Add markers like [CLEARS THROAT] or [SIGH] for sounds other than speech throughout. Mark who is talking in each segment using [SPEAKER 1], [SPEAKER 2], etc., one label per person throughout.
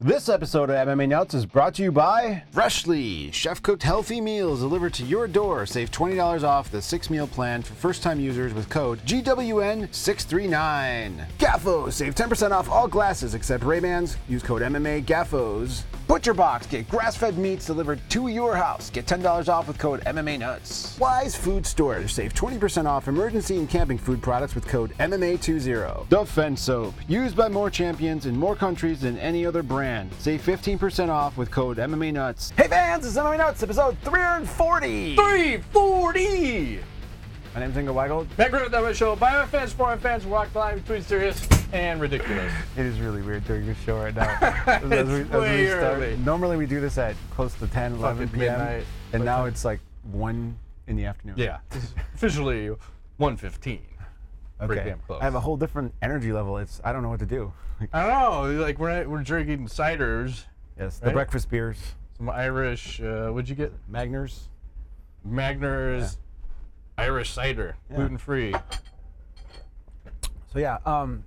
[SPEAKER 1] This episode of MMA Nuts is brought to you by
[SPEAKER 2] Freshly, chef cooked healthy meals delivered to your door. Save $20 off the six meal plan for first time users with code GWN639. Gaffos, save 10% off all glasses except Raybans. Use code MMA Gaffos. Butcher Box, get grass fed meats delivered to your house. Get $10 off with code MMA Nuts. Wise Food Storage, save 20% off emergency and camping food products with code MMA20. Defense Soap, used by more champions in more countries than any other brand. Save 15% off with code MMA Nuts. Hey fans, it's MMA Nuts, episode 340.
[SPEAKER 3] 340!
[SPEAKER 2] My name's Ingo Weigold.
[SPEAKER 3] Back with that show by our fans, for our fans, rock the line between serious and ridiculous.
[SPEAKER 2] It is really weird doing this show right [LAUGHS] now. As- as we- as we
[SPEAKER 3] way
[SPEAKER 2] start-
[SPEAKER 3] early.
[SPEAKER 2] Normally we do this at close to 10, 11
[SPEAKER 3] Fucking
[SPEAKER 2] p.m.
[SPEAKER 3] midnight.
[SPEAKER 2] And now it's like 1 in the afternoon.
[SPEAKER 3] Yeah, it's officially 115. Pretty
[SPEAKER 2] Okay.
[SPEAKER 3] damn close.
[SPEAKER 2] I have a whole different energy level. It's I don't know what to do. [LAUGHS]
[SPEAKER 3] I don't know, like we're, we're drinking ciders,
[SPEAKER 2] yes, the
[SPEAKER 3] Right?
[SPEAKER 2] breakfast beers,
[SPEAKER 3] some Irish, uh, what'd you get?
[SPEAKER 2] Magners.
[SPEAKER 3] Magner's Irish cider, gluten free.
[SPEAKER 2] So yeah, um,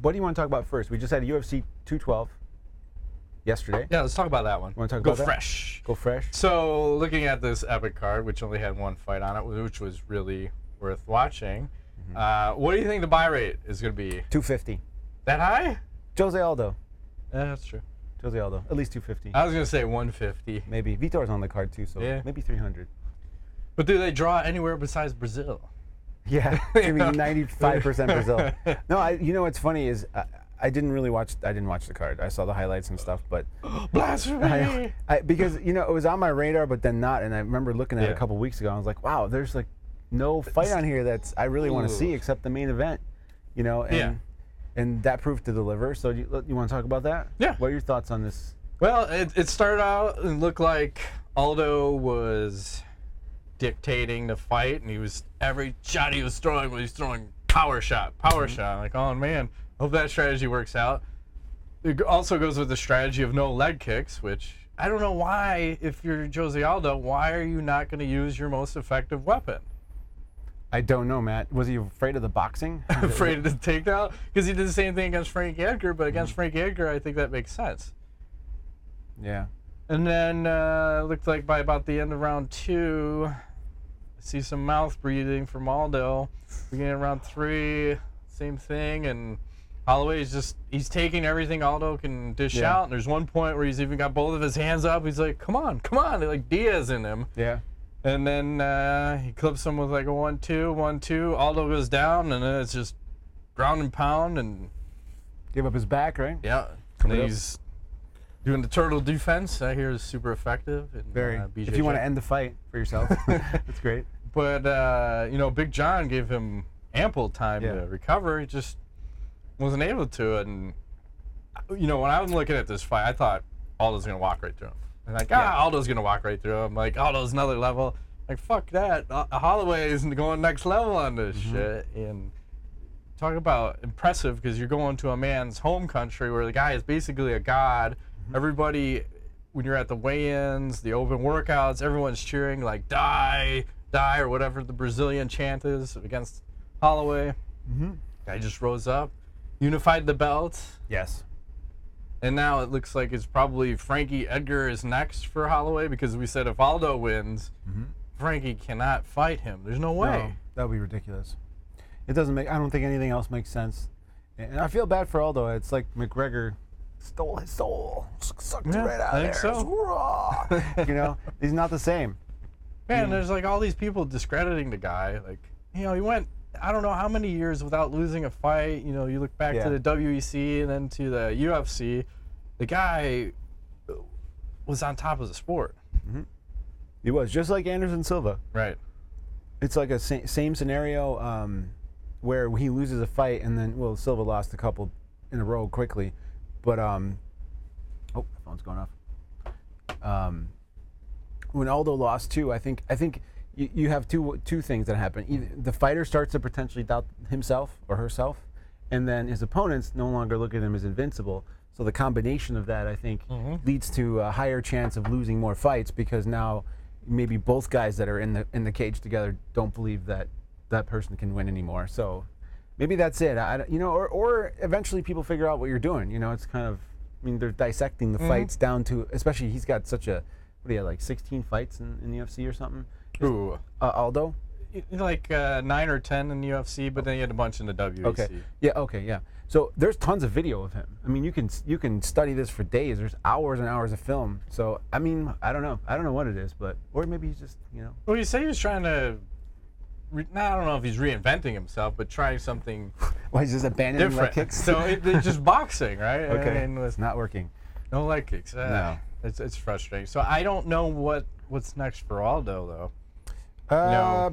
[SPEAKER 2] what do you want to talk about first? We just had UFC 212 yesterday.
[SPEAKER 3] Yeah, let's talk about that one.
[SPEAKER 2] Wanna talk
[SPEAKER 3] Go
[SPEAKER 2] about that?
[SPEAKER 3] fresh.
[SPEAKER 2] Go fresh.
[SPEAKER 3] So, looking at this epic card, which only had one fight on it, which was really worth watching, uh, what do you think the buy rate is going to be?
[SPEAKER 2] 250.
[SPEAKER 3] That high?
[SPEAKER 2] Jose Aldo.
[SPEAKER 3] Yeah, that's true.
[SPEAKER 2] Jose Aldo. At least 250.
[SPEAKER 3] I was gonna say 150.
[SPEAKER 2] maybe Vitor's on the card too, so
[SPEAKER 3] Uh, Yeah.
[SPEAKER 2] maybe
[SPEAKER 3] [LAUGHS]
[SPEAKER 2] 300.
[SPEAKER 3] But do they draw anywhere besides Brazil?
[SPEAKER 2] [LAUGHS] Yeah, I mean 95%
[SPEAKER 3] [LAUGHS]
[SPEAKER 2] Brazil. No, I, you know what's funny is I, I didn't really watch. I didn't watch the card. I saw the highlights and stuff, but
[SPEAKER 3] Blasphemy! [LAUGHS]
[SPEAKER 2] I, I, because you know it was on my radar, but then not. And I remember looking at it
[SPEAKER 3] Yeah.
[SPEAKER 2] a couple weeks ago. And I was like, wow, there's like no fight on here that's I really want to see except the main event, you know. And,
[SPEAKER 3] Yeah.
[SPEAKER 2] And that proved to deliver. So you, you want to talk about that?
[SPEAKER 3] Yeah.
[SPEAKER 2] What are your thoughts on this?
[SPEAKER 3] Well, it, it started out and looked like Aldo was dictating the fight, and he was every shot he was throwing was he's throwing power shot, power shot. Like, oh man, hope that strategy works out. It g- also goes with the strategy of no leg kicks, which I don't know why. If you're Jose Aldo, why are you not going to use your most effective weapon?
[SPEAKER 2] I don't know, Matt. Was he afraid of the
[SPEAKER 3] [LAUGHS]
[SPEAKER 2] boxing?
[SPEAKER 3] afraid of the takedown because he did the same thing against Frank Edgar, but against Frank Edgar, I think that makes sense.
[SPEAKER 2] yeah.
[SPEAKER 3] And then uh, looked like by about the end of round two, I see some mouth breathing from Aldo. Beginning of round three, same thing, and Holloway is just he's taking everything Aldo can dish
[SPEAKER 2] Yeah.
[SPEAKER 3] out. And there's one point where he's even got both of his hands up. He's like, "Come on, come on!" They're like Diaz in him.
[SPEAKER 2] Yeah.
[SPEAKER 3] And then uh, he clips him with like a one two, one two. Aldo goes down, and then it's just ground and pound, and
[SPEAKER 2] Give up his back, right?
[SPEAKER 3] Yeah,
[SPEAKER 2] it
[SPEAKER 3] and
[SPEAKER 2] up.
[SPEAKER 3] he's doing the turtle defense. I hear is super effective. And,
[SPEAKER 2] Very.
[SPEAKER 3] Uh, BJJ.
[SPEAKER 2] if you want to end the fight for yourself,
[SPEAKER 3] [LAUGHS]
[SPEAKER 2] that's great.
[SPEAKER 3] but uh, you know, Big John gave him ample time
[SPEAKER 2] Yeah.
[SPEAKER 3] to recover. He just wasn't able to. And you know, when I was looking at this fight, I thought Aldo's gonna walk right through him. And like, ah, Aldo's gonna walk right through him. Like Aldo's another level. Like fuck that. Uh, Holloway is going next level on this shit. And talk about impressive because you're going to a man's home country where the guy is basically a god. Everybody, when you're at the weigh-ins, the open workouts, everyone's cheering like "die, die" or whatever the Brazilian chant is against Holloway. Guy just rose up, unified the belt,
[SPEAKER 2] Yes.
[SPEAKER 3] and now it looks like it's probably Frankie Edgar is next for Holloway because we said if Aldo wins, Frankie cannot fight him. There's no way.
[SPEAKER 2] No, that would be ridiculous. It doesn't make. I don't think anything else makes sense. And I feel bad for Aldo. It's like McGregor stole his soul, s- sucked it
[SPEAKER 3] Yeah,
[SPEAKER 2] right out
[SPEAKER 3] I
[SPEAKER 2] of there.
[SPEAKER 3] think
[SPEAKER 2] It's
[SPEAKER 3] so.
[SPEAKER 2] raw. you
[SPEAKER 3] [LAUGHS]
[SPEAKER 2] know, he's not the same.
[SPEAKER 3] Man,
[SPEAKER 2] Hmm.
[SPEAKER 3] there's like all these people discrediting the guy. Like, you know, he went I don't know how many years without losing a fight. You know, you look back
[SPEAKER 2] Yeah.
[SPEAKER 3] to the WEC and then to the UFC. The guy uh, was on top of the sport.
[SPEAKER 2] He was just like Anderson Silva.
[SPEAKER 3] Right.
[SPEAKER 2] It's like a sa- same scenario um, where he loses a fight and then well, Silva lost a couple in a row quickly, but um, oh, my phone's going off. um, when Aldo lost too, I think I think you, you have two two things that happen. Either the fighter starts to potentially doubt himself or herself, and then his opponents no longer look at him as invincible. So the combination of that, I think, leads to a higher chance of losing more fights because now maybe both guys that are in the in the cage together don't believe that that person can win anymore. So maybe that's it. I, I don't- you know, or, or eventually people figure out what you're doing. You know, it's kind of I mean, they're dissecting the fights down to, especially he's got such a, what do you have, like 16 fights in, in the UFC or something?
[SPEAKER 3] Ooh.
[SPEAKER 2] Uh, Aldo?
[SPEAKER 3] You- you Like uh, nine or ten in the UFC, but then you had a bunch in the E WEC.
[SPEAKER 2] Okay. Yeah. Okay. Yeah. So there's tons of video of him. I mean, you can you can study this for days. There's hours and hours of film. So I mean, I don't know. I don't know what it is, but or maybe he's just you know.
[SPEAKER 3] Well, you say he was trying to. Re- nah, I don't know if he's reinventing himself, but
[SPEAKER 2] [LAUGHS]
[SPEAKER 3] trying something
[SPEAKER 2] Why he's just abandoning
[SPEAKER 3] different. so it, it's just boxing, right?
[SPEAKER 2] [LAUGHS] okay,
[SPEAKER 3] And
[SPEAKER 2] [LAUGHS]
[SPEAKER 3] with
[SPEAKER 2] it's not working.
[SPEAKER 3] no leg kicks. Ah, It's, it's frustrating. So I don't know what what's next for Aldo though.
[SPEAKER 2] Uh,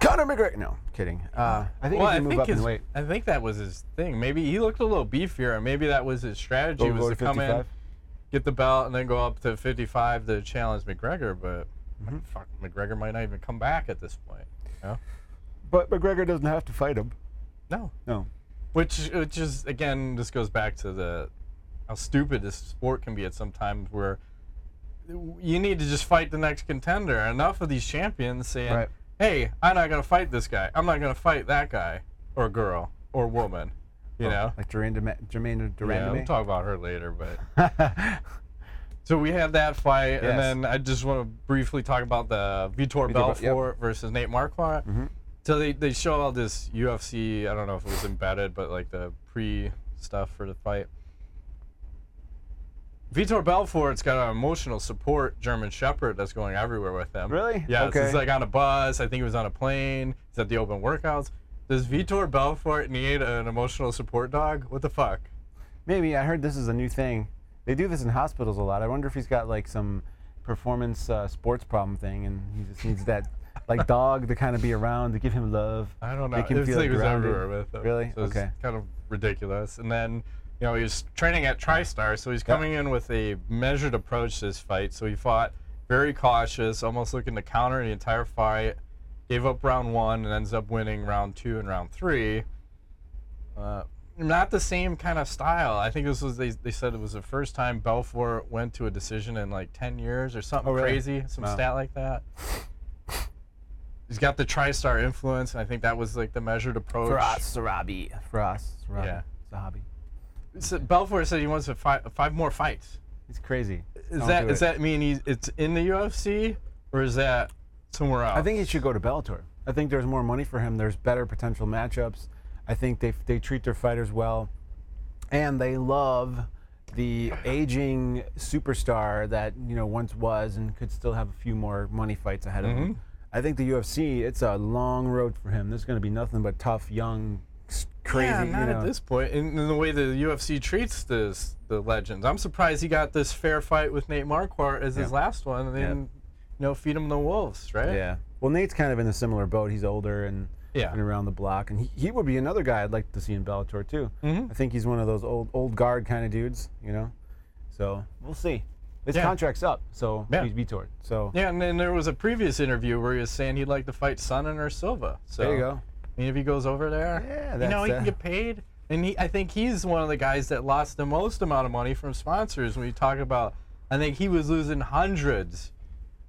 [SPEAKER 2] Conor McGregor. No, kidding. Uh, I think
[SPEAKER 3] Well,
[SPEAKER 2] he
[SPEAKER 3] I
[SPEAKER 2] can move
[SPEAKER 3] think
[SPEAKER 2] up in
[SPEAKER 3] his-
[SPEAKER 2] weight.
[SPEAKER 3] I think that was his thing. Maybe he looked a little beefier, and maybe that was his strategy
[SPEAKER 2] Go- go
[SPEAKER 3] was
[SPEAKER 2] to
[SPEAKER 3] to come in,
[SPEAKER 2] 55?
[SPEAKER 3] get the belt, and then go up to 55 to challenge McGregor. But
[SPEAKER 2] Mm-hmm.
[SPEAKER 3] like, fuck, McGregor might not even come back at this point. You know?
[SPEAKER 2] But McGregor doesn't have to fight him.
[SPEAKER 3] No,
[SPEAKER 2] No.
[SPEAKER 3] Which, which is again, this goes back to the how stupid this sport can be at some times where you need to just fight the next contender. Enough of these champions saying,
[SPEAKER 2] Right.
[SPEAKER 3] "Hey, I'm not gonna fight this guy. I'm not gonna fight that guy or girl or woman." You know,
[SPEAKER 2] Oh. Like Duranda, Jermaine
[SPEAKER 3] yeah, we'll
[SPEAKER 2] Duranda.
[SPEAKER 3] talk about her later, but. So we had that fight,
[SPEAKER 2] Yes.
[SPEAKER 3] and then I just want to briefly talk about the
[SPEAKER 2] Belfort,
[SPEAKER 3] Vitor
[SPEAKER 2] yep. Mm-hmm.
[SPEAKER 3] Belfort versus Nate Marquardt. So they, they show all this UFC. I don't know if it was embedded, but like the pre stuff for the fight. Vitor Belfort's got an emotional support German Shepherd that's going everywhere with him.
[SPEAKER 2] Really?
[SPEAKER 3] Yeah. He's
[SPEAKER 2] Okay.
[SPEAKER 3] like on a bus. I think he was on a plane. He's at the open workouts. Does Vitor Belfort need an emotional support dog? What the fuck?
[SPEAKER 2] [LAUGHS] Maybe I heard this is a new thing. They do this in hospitals a lot. I wonder if he's got like some performance uh, sports problem thing, and he just needs
[SPEAKER 3] [LAUGHS]
[SPEAKER 2] that like dog to kind of be around to give him love.
[SPEAKER 3] I don't know.
[SPEAKER 2] Make him
[SPEAKER 3] This
[SPEAKER 2] feel
[SPEAKER 3] thing was
[SPEAKER 2] grounded.
[SPEAKER 3] everywhere with him.
[SPEAKER 2] Really?
[SPEAKER 3] So it's
[SPEAKER 2] Okay.
[SPEAKER 3] Kind of ridiculous. And then, you know, he was training at TriStar, so he's coming in with a measured approach to this fight. So he fought very cautious, almost looking to counter the entire fight. Gave up round one and ends up winning round two and round three. Uh, not the same kind of style. I think this was they, they said it was the first time Belfort went to a decision in like ten years or something
[SPEAKER 2] Oh, really?
[SPEAKER 3] crazy, some stat like that. He's got the TriStar influence, and I think that was like the measured approach.
[SPEAKER 2] Sarabi. Faraz Sarabi.
[SPEAKER 3] Yeah.
[SPEAKER 2] Sahabi.
[SPEAKER 3] So Belfort said he wants to fight five more fights.
[SPEAKER 2] He's crazy.
[SPEAKER 3] Is that does that mean he's it's in the UFC or is that somewhere else?
[SPEAKER 2] I think he should go to Bellator. I think there's more money for him. There's better potential matchups. I think they they treat their fighters well, and they love the aging superstar that you know once was and could still have a few more money fights ahead of
[SPEAKER 3] Mm-hmm.
[SPEAKER 2] him. I think the UFC it's a long road for him. There's going to be nothing but tough, young, s- crazy.
[SPEAKER 3] Yeah,
[SPEAKER 2] you
[SPEAKER 3] not
[SPEAKER 2] know.
[SPEAKER 3] at this point. And in the way the UFC treats this, the legends, I'm surprised he got this fair fight with Nate Marquardt as his last one, and then you know feed him the wolves, right?
[SPEAKER 2] Yeah. Well, Nate's kind of in a similar boat. He's older and
[SPEAKER 3] Yeah.
[SPEAKER 2] and around the block, and he, he would be another guy I'd like to see in Bellator too.
[SPEAKER 3] Mm-hmm.
[SPEAKER 2] I think he's one of those old old guard kind of dudes, you know. So we'll see. His
[SPEAKER 3] Yeah.
[SPEAKER 2] contract's up, so
[SPEAKER 3] Yeah.
[SPEAKER 2] he's vetored. So
[SPEAKER 3] Yeah, and then there was a previous interview where he was saying he'd like to fight Sonnen or Silva. So
[SPEAKER 2] there you go.
[SPEAKER 3] I mean, if he goes over there,
[SPEAKER 2] Yeah,
[SPEAKER 3] you know
[SPEAKER 2] that's,
[SPEAKER 3] he
[SPEAKER 2] uh,
[SPEAKER 3] can get paid. And he, I think he's one of the guys that lost the most amount of money from sponsors. When you talk about, I think he was losing hundreds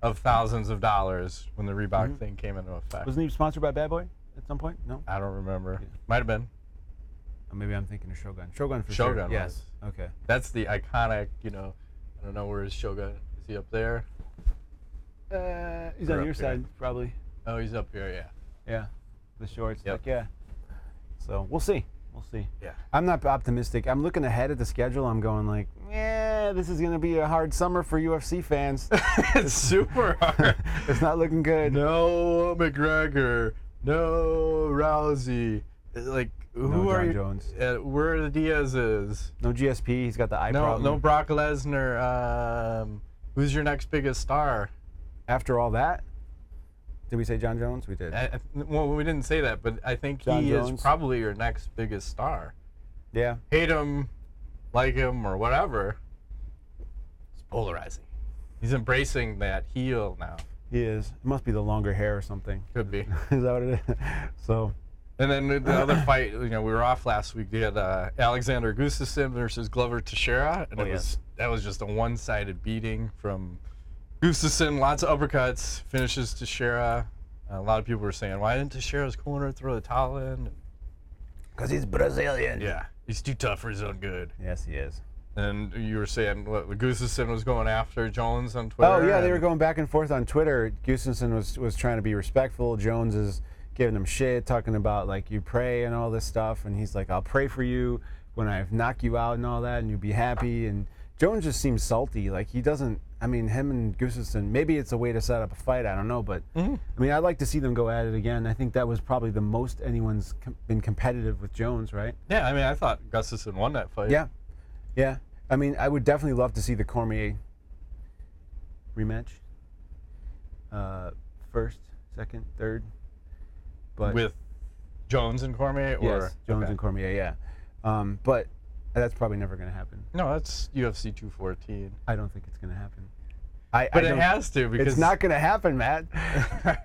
[SPEAKER 3] of thousands of dollars when the Reebok
[SPEAKER 2] Mm-hmm.
[SPEAKER 3] thing came into effect.
[SPEAKER 2] Wasn't he sponsored by Bad Boy at some point? No.
[SPEAKER 3] I don't remember. Might have been.
[SPEAKER 2] Or maybe I'm thinking of Shogun. Shogun for sure.
[SPEAKER 3] Shogun
[SPEAKER 2] Yes. Okay.
[SPEAKER 3] That's the iconic, you know, I don't know where is Shogun. Is he up there?
[SPEAKER 2] Uh, he's
[SPEAKER 3] Or
[SPEAKER 2] on your
[SPEAKER 3] up here.
[SPEAKER 2] side probably.
[SPEAKER 3] Oh, he's up here, yeah. [LAUGHS]
[SPEAKER 2] Yeah. The shorts.
[SPEAKER 3] Yep.
[SPEAKER 2] Like, yeah. So we'll see. We'll see.
[SPEAKER 3] Yeah.
[SPEAKER 2] I'm not optimistic. I'm looking ahead at the schedule. I'm going like, yeah, this is gonna be a hard summer for UFC
[SPEAKER 3] [LAUGHS]
[SPEAKER 2] fans.
[SPEAKER 3] it's super
[SPEAKER 2] [LAUGHS]
[SPEAKER 3] hard.
[SPEAKER 2] it's not looking good.
[SPEAKER 3] no McGregor, no Rousey. Like who
[SPEAKER 2] No
[SPEAKER 3] are
[SPEAKER 2] John
[SPEAKER 3] you?
[SPEAKER 2] Jones.
[SPEAKER 3] Uh, where are the Diaz's?
[SPEAKER 2] No GSP. He's got the eye
[SPEAKER 3] No,
[SPEAKER 2] problem.
[SPEAKER 3] no Brock Lesnar. Um, who's your next biggest star?
[SPEAKER 2] After all that, did we say John Jones? We did.
[SPEAKER 3] I, I- well, we didn't say that, but I think
[SPEAKER 2] John
[SPEAKER 3] he
[SPEAKER 2] Jones.
[SPEAKER 3] is probably your next biggest star.
[SPEAKER 2] yeah.
[SPEAKER 3] Hate him, like him, or whatever. It's polarizing. He's embracing that heel now.
[SPEAKER 2] He is. It must be the longer hair or something. [LAUGHS]
[SPEAKER 3] Could be.
[SPEAKER 2] is that what it is? [LAUGHS] So
[SPEAKER 3] And then
[SPEAKER 2] [CLEARS THROAT]
[SPEAKER 3] the other fight, you know, we were off last week. We had uh, Alexander Gustafsson versus Glover Teixeira,
[SPEAKER 2] Oh,
[SPEAKER 3] and it was that was just a one-sided beating from Gustafsson. Lots of uppercuts, finishes Teixeira. Uh, a lot of people were saying, "Why didn't Teixeira's corner throw the towel in?"
[SPEAKER 2] because he's Brazilian.
[SPEAKER 3] Yeah, he's too tough for his own good.
[SPEAKER 2] Yes, he is.
[SPEAKER 3] And you were saying what Gustafson was going after Jones on Twitter.
[SPEAKER 2] Oh yeah, they
[SPEAKER 3] and-
[SPEAKER 2] were going back and forth on Twitter. Gustafson was was trying to be respectful. Jones is giving him shit, talking about like you pray and all this stuff, and he's like, "I'll pray for you when I knock you out and all that, and you'll be happy." And Jones just seems salty. Like he doesn't. I mean, him and Gustafson. Maybe it's a way to set up a fight. I don't know, but
[SPEAKER 3] Mm-hmm.
[SPEAKER 2] I mean, I'd like to see them go at it again. I think that was probably the most anyone's com- been competitive with Jones, right?
[SPEAKER 3] Yeah, I mean, I thought Gustafson won that fight.
[SPEAKER 2] Yeah, yeah. I mean, I would definitely love to see the Cormier rematch. Uh, first, second, third. But
[SPEAKER 3] With Jones and Cormier, or
[SPEAKER 2] yes, Jones
[SPEAKER 3] okay.
[SPEAKER 2] and Cormier, yeah. Um, but that's probably never going to happen.
[SPEAKER 3] no, that's UFC 214.
[SPEAKER 2] I don't think it's going to happen. I,
[SPEAKER 3] But
[SPEAKER 2] I
[SPEAKER 3] it
[SPEAKER 2] don't-
[SPEAKER 3] has to because
[SPEAKER 2] It's not going to happen,
[SPEAKER 3] [LAUGHS]
[SPEAKER 2] Matt.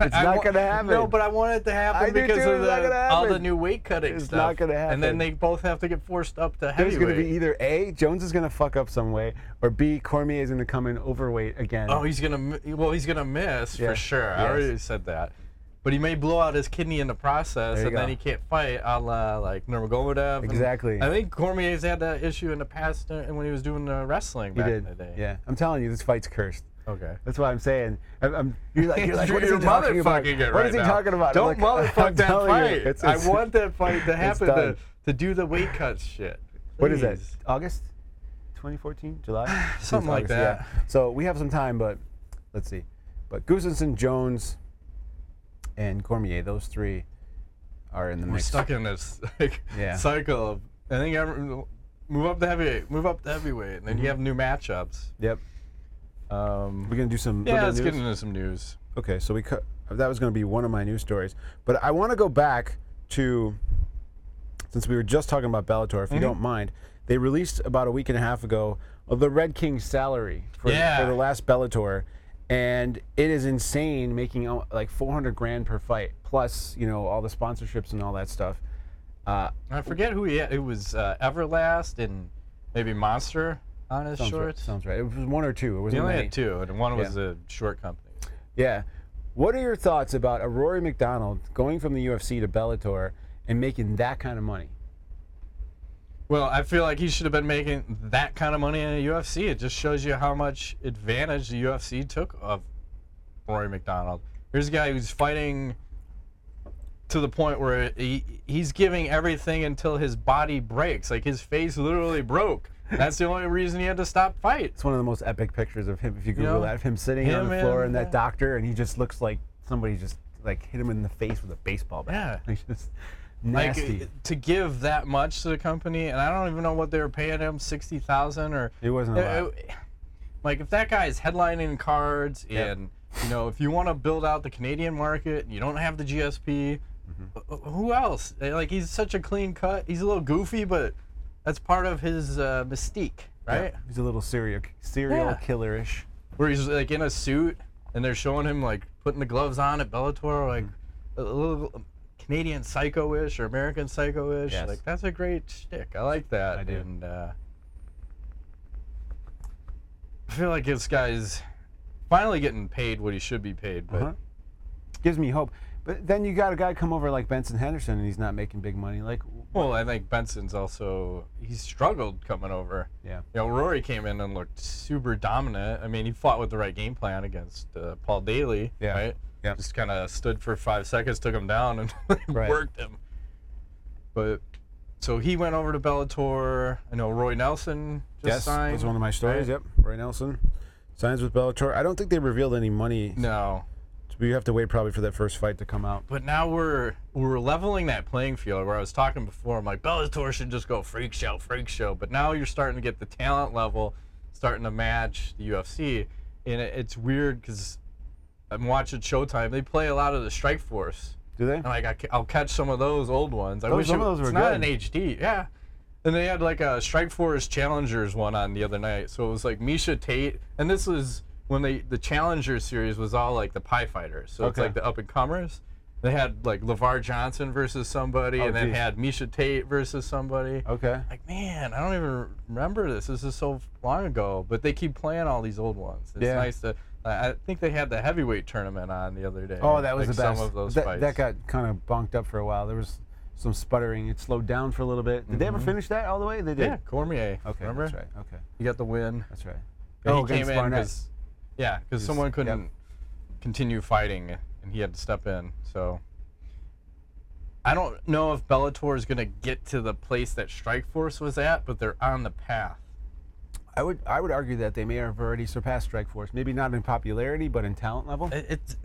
[SPEAKER 2] it's
[SPEAKER 3] I
[SPEAKER 2] not
[SPEAKER 3] wa-
[SPEAKER 2] going to happen.
[SPEAKER 3] No, but I want it to happen
[SPEAKER 2] I do
[SPEAKER 3] because
[SPEAKER 2] too,
[SPEAKER 3] of
[SPEAKER 2] it's not
[SPEAKER 3] the,
[SPEAKER 2] gonna
[SPEAKER 3] all the
[SPEAKER 2] happen.
[SPEAKER 3] new weight cutting
[SPEAKER 2] It's
[SPEAKER 3] stuff.
[SPEAKER 2] not gonna
[SPEAKER 3] And then
[SPEAKER 2] happen.
[SPEAKER 3] they both have to get forced up to
[SPEAKER 2] There's
[SPEAKER 3] heavyweight.
[SPEAKER 2] going to be either A, Jones is going to fuck up some way, or B, Cormier is going to come in overweight again.
[SPEAKER 3] Oh, he's gonna. mi- Well, he's gonna miss
[SPEAKER 2] Yeah.
[SPEAKER 3] for sure. I
[SPEAKER 2] Yes.
[SPEAKER 3] already said that. But he may blow out his kidney in the process,
[SPEAKER 2] There you
[SPEAKER 3] and then
[SPEAKER 2] go.
[SPEAKER 3] he can't fight, a la like Nurmagomedov. and
[SPEAKER 2] Exactly.
[SPEAKER 3] I think Cormier's had that issue in the past, uh, when he was doing the wrestling
[SPEAKER 2] he
[SPEAKER 3] back
[SPEAKER 2] did.
[SPEAKER 3] in the day.
[SPEAKER 2] Yeah, I'm telling you, this fight's cursed.
[SPEAKER 3] Okay.
[SPEAKER 2] That's what I'm saying. I'm, I'm- you're like,
[SPEAKER 3] [LAUGHS]
[SPEAKER 2] you're like,
[SPEAKER 3] You're
[SPEAKER 2] what is he talking about?
[SPEAKER 3] motherfucking it
[SPEAKER 2] What is
[SPEAKER 3] right
[SPEAKER 2] he
[SPEAKER 3] now.
[SPEAKER 2] talking about?
[SPEAKER 3] Don't
[SPEAKER 2] Look, [LAUGHS]
[SPEAKER 3] motherfuck
[SPEAKER 2] I'm
[SPEAKER 3] that
[SPEAKER 2] telling you,
[SPEAKER 3] fight.
[SPEAKER 2] it's- [LAUGHS] it's-
[SPEAKER 3] I want that fight to happen to,
[SPEAKER 2] done.
[SPEAKER 3] to do the weight cut shit.
[SPEAKER 2] What is that?
[SPEAKER 3] Please.
[SPEAKER 2] August, 2014,
[SPEAKER 3] [SIGHS]
[SPEAKER 2] July, It's
[SPEAKER 3] Something like
[SPEAKER 2] August,
[SPEAKER 3] that.
[SPEAKER 2] yeah. So we have some time, but let's see. But Gustafson, Jones, and Cormier, those three are in the
[SPEAKER 3] We're
[SPEAKER 2] mix.
[SPEAKER 3] stuck in this [LAUGHS] like,
[SPEAKER 2] Yeah.
[SPEAKER 3] cycle of I think every, move up the heavyweight, move up the heavyweight, and then
[SPEAKER 2] Mm-hmm.
[SPEAKER 3] you have new matchups.
[SPEAKER 2] Yep.
[SPEAKER 3] Um,
[SPEAKER 2] We're gonna do some.
[SPEAKER 3] yeah,
[SPEAKER 2] little
[SPEAKER 3] let's
[SPEAKER 2] news?
[SPEAKER 3] get into some news.
[SPEAKER 2] Okay, so we cut. That was going to be one of my news stories, but I want to go back to since we were just talking about Bellator. If
[SPEAKER 3] Mm-hmm.
[SPEAKER 2] you don't mind, they released about a week and a half ago of the Red King's salary for,
[SPEAKER 3] Yeah.
[SPEAKER 2] for the last Bellator, and it is insane, making uh, like 400 grand per fight plus you know all the sponsorships and all that stuff. Uh,
[SPEAKER 3] I forget who he had. It was uh, Everlast and maybe Monster on his
[SPEAKER 2] sounds right,
[SPEAKER 3] shorts.
[SPEAKER 2] sounds right. It was one or two. It
[SPEAKER 3] He
[SPEAKER 2] wasn't
[SPEAKER 3] only
[SPEAKER 2] many.
[SPEAKER 3] had two, and one was a short company.
[SPEAKER 2] Yeah. What are your thoughts about a Rory McDonald going from the UFC to Bellator and making that kind of money?
[SPEAKER 3] Well, I feel like he should have been making that kind of money in the UFC. It just shows you how much advantage the UFC took of Rory McDonald. Here's a guy who's fighting to the point where he, he's giving everything until his body breaks. Like his face literally broke. That's the only reason he had to stop fights.
[SPEAKER 2] It's one of the most epic pictures of him. If you Google
[SPEAKER 3] know,
[SPEAKER 2] that, of him sitting on
[SPEAKER 3] him
[SPEAKER 2] the floor
[SPEAKER 3] and,
[SPEAKER 2] and
[SPEAKER 3] uh,
[SPEAKER 2] that doctor, and he just looks like somebody just like hit him in the face with a baseball bat.
[SPEAKER 3] Yeah.
[SPEAKER 2] [LAUGHS] Like, just
[SPEAKER 3] Like
[SPEAKER 2] nasty.
[SPEAKER 3] uh, to give that much to the company, and I don't even know what they were paying him sixty thousand or
[SPEAKER 2] it wasn't a
[SPEAKER 3] Uh,
[SPEAKER 2] lot.
[SPEAKER 3] like if that guy is headlining cards
[SPEAKER 2] Yep.
[SPEAKER 3] and you know if you want to build out the Canadian market and you don't have the GSP, uh, who else? Uh, Like he's such a clean cut. He's a little goofy, but that's part of his uh, mystique, right?
[SPEAKER 2] He's a little serial serial
[SPEAKER 3] Yeah.
[SPEAKER 2] killerish.
[SPEAKER 3] Where he's like in a suit and they're showing him like putting the gloves on at Bellator, like
[SPEAKER 2] Mm.
[SPEAKER 3] a little Canadian psycho-ish or American psycho-ish.
[SPEAKER 2] Yes.
[SPEAKER 3] Like that's a great shtick. I like that.
[SPEAKER 2] I do.
[SPEAKER 3] And uh, I feel like this guy's finally getting paid what he should be paid. But
[SPEAKER 2] Uh-huh. Gives me hope. But then you got a guy come over like Benson Henderson, and he's not making big money. Like,
[SPEAKER 3] well, I think Benson's also he's struggled coming over.
[SPEAKER 2] yeah,
[SPEAKER 3] You know, Rory came in and looked super dominant. I mean, he fought with the right game plan against uh, Paul Daly,
[SPEAKER 2] Yeah.
[SPEAKER 3] right?
[SPEAKER 2] Yeah.
[SPEAKER 3] Just kind of stood for five seconds, took him down, and [LAUGHS]
[SPEAKER 2] Right.
[SPEAKER 3] worked him. But so he went over to Bellator. I know Roy Nelson just
[SPEAKER 2] yes,
[SPEAKER 3] signed.
[SPEAKER 2] was one of my stories.
[SPEAKER 3] right?
[SPEAKER 2] Yep, Roy Nelson signs with Bellator. I don't think they revealed any money.
[SPEAKER 3] No,
[SPEAKER 2] We have to wait probably for that first fight to come out.
[SPEAKER 3] but now we're we're leveling that playing field where I was talking before. I'm like Bellator should just go freak show, freak show. But now you're starting to get the talent level, starting to match the UFC, and it, it's weird because I'm watching Showtime. They play a lot of the Strike Force.
[SPEAKER 2] Do they?
[SPEAKER 3] And like I, ca- I'll catch some of those old ones. I
[SPEAKER 2] Those-
[SPEAKER 3] wish
[SPEAKER 2] some
[SPEAKER 3] it,
[SPEAKER 2] of those
[SPEAKER 3] it's
[SPEAKER 2] were
[SPEAKER 3] not
[SPEAKER 2] good.
[SPEAKER 3] in HD. Yeah. And they had like a Strike Force Challengers one on the other night. So it was like Misha Tate, and this was when they the Challenger series was all like the pie fighters. So it's
[SPEAKER 2] Okay.
[SPEAKER 3] like the up and comers. They had like LeVar Johnson versus somebody, and then
[SPEAKER 2] Oh, geez.
[SPEAKER 3] had Misha Tate versus somebody.
[SPEAKER 2] Okay.
[SPEAKER 3] Like man, I don't even remember this. This is so long ago. But they keep playing all these old ones. It's
[SPEAKER 2] Yeah.
[SPEAKER 3] nice to. I I think they had the heavyweight tournament on the other day.
[SPEAKER 2] Oh, that was
[SPEAKER 3] like
[SPEAKER 2] the best.
[SPEAKER 3] Some of those
[SPEAKER 2] that,
[SPEAKER 3] fights.
[SPEAKER 2] that got kind of bonked up for a while. There was some sputtering. It slowed down for a little bit. Did they ever finish that all the way? They did.
[SPEAKER 3] Mm-hmm. Yeah, Cormier.
[SPEAKER 2] Okay,
[SPEAKER 3] remember?
[SPEAKER 2] that's right. Okay,
[SPEAKER 3] He got the win.
[SPEAKER 2] that's right.
[SPEAKER 3] And
[SPEAKER 2] Oh,
[SPEAKER 3] he came
[SPEAKER 2] against
[SPEAKER 3] in
[SPEAKER 2] Barnett.
[SPEAKER 3] because yeah, because someone couldn't continue fighting, and he had to step in. So I don't know if Bellator is going to get to the place that Strikeforce was at, but they're on the path.
[SPEAKER 2] I would I would argue that they may have already surpassed Strike Force. Maybe not in popularity, but in talent level.
[SPEAKER 3] It, it's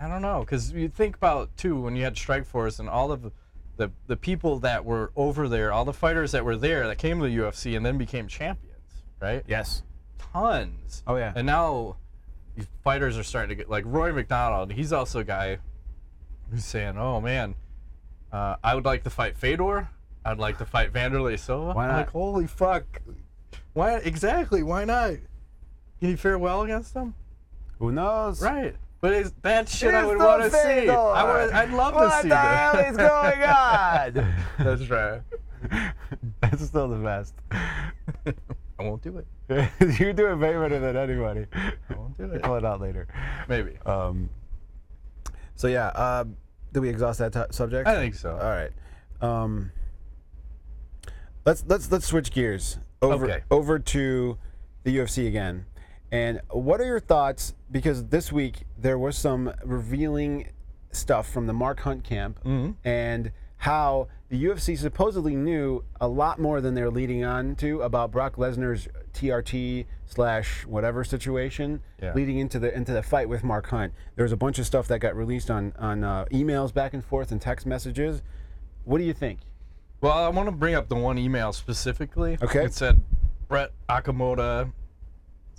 [SPEAKER 3] I don't know because you think about too when you had Strikeforce and all of the the people that were over there, all the fighters that were there that came to the UFC and then became champions, right?
[SPEAKER 2] Yes.
[SPEAKER 3] Tons.
[SPEAKER 2] Oh yeah.
[SPEAKER 3] And now these fighters are starting to get like Roy McDonald. He's also a guy who's saying, "Oh man, uh, I would like to fight Fedor. I'd like to fight Vanderlei Silva."
[SPEAKER 2] Why
[SPEAKER 3] I'm
[SPEAKER 2] not?
[SPEAKER 3] Like, holy fuck! Why exactly? Why not? Can you fare well against them?
[SPEAKER 2] Who knows?
[SPEAKER 3] Right. But it's, that shit I
[SPEAKER 2] It's
[SPEAKER 3] would
[SPEAKER 2] the
[SPEAKER 3] want to see.
[SPEAKER 2] Fedor.
[SPEAKER 3] I would. I'd love to
[SPEAKER 2] What
[SPEAKER 3] see
[SPEAKER 2] the
[SPEAKER 3] that.
[SPEAKER 2] hell is going on?
[SPEAKER 3] [LAUGHS] That's right.
[SPEAKER 2] That's still the
[SPEAKER 3] [LAUGHS]
[SPEAKER 2] best.
[SPEAKER 3] I won't do it.
[SPEAKER 2] you do it way better than anybody. [LAUGHS]
[SPEAKER 3] I won't do it.
[SPEAKER 2] Pull it out later.
[SPEAKER 3] Maybe.
[SPEAKER 2] Um, so yeah, uh, did we exhaust that t- subject?
[SPEAKER 3] I think so.
[SPEAKER 2] All right. Um, let's let's let's switch gears over
[SPEAKER 3] Okay.
[SPEAKER 2] over to the UFC again. And what are your thoughts? Because this week there was some revealing stuff from the Mark Hunt camp
[SPEAKER 3] Mm-hmm.
[SPEAKER 2] and how the UFC supposedly knew a lot more than they're leading on to about Brock Lesnar's TRT slash whatever situation
[SPEAKER 3] Yeah.
[SPEAKER 2] leading into the into the fight with Mark Hunt. There was a bunch of stuff that got released on on uh, emails back and forth and text messages. What do you think?
[SPEAKER 3] Well, I want to bring up the one email specifically.
[SPEAKER 2] Okay.
[SPEAKER 3] It said Brett Akamoda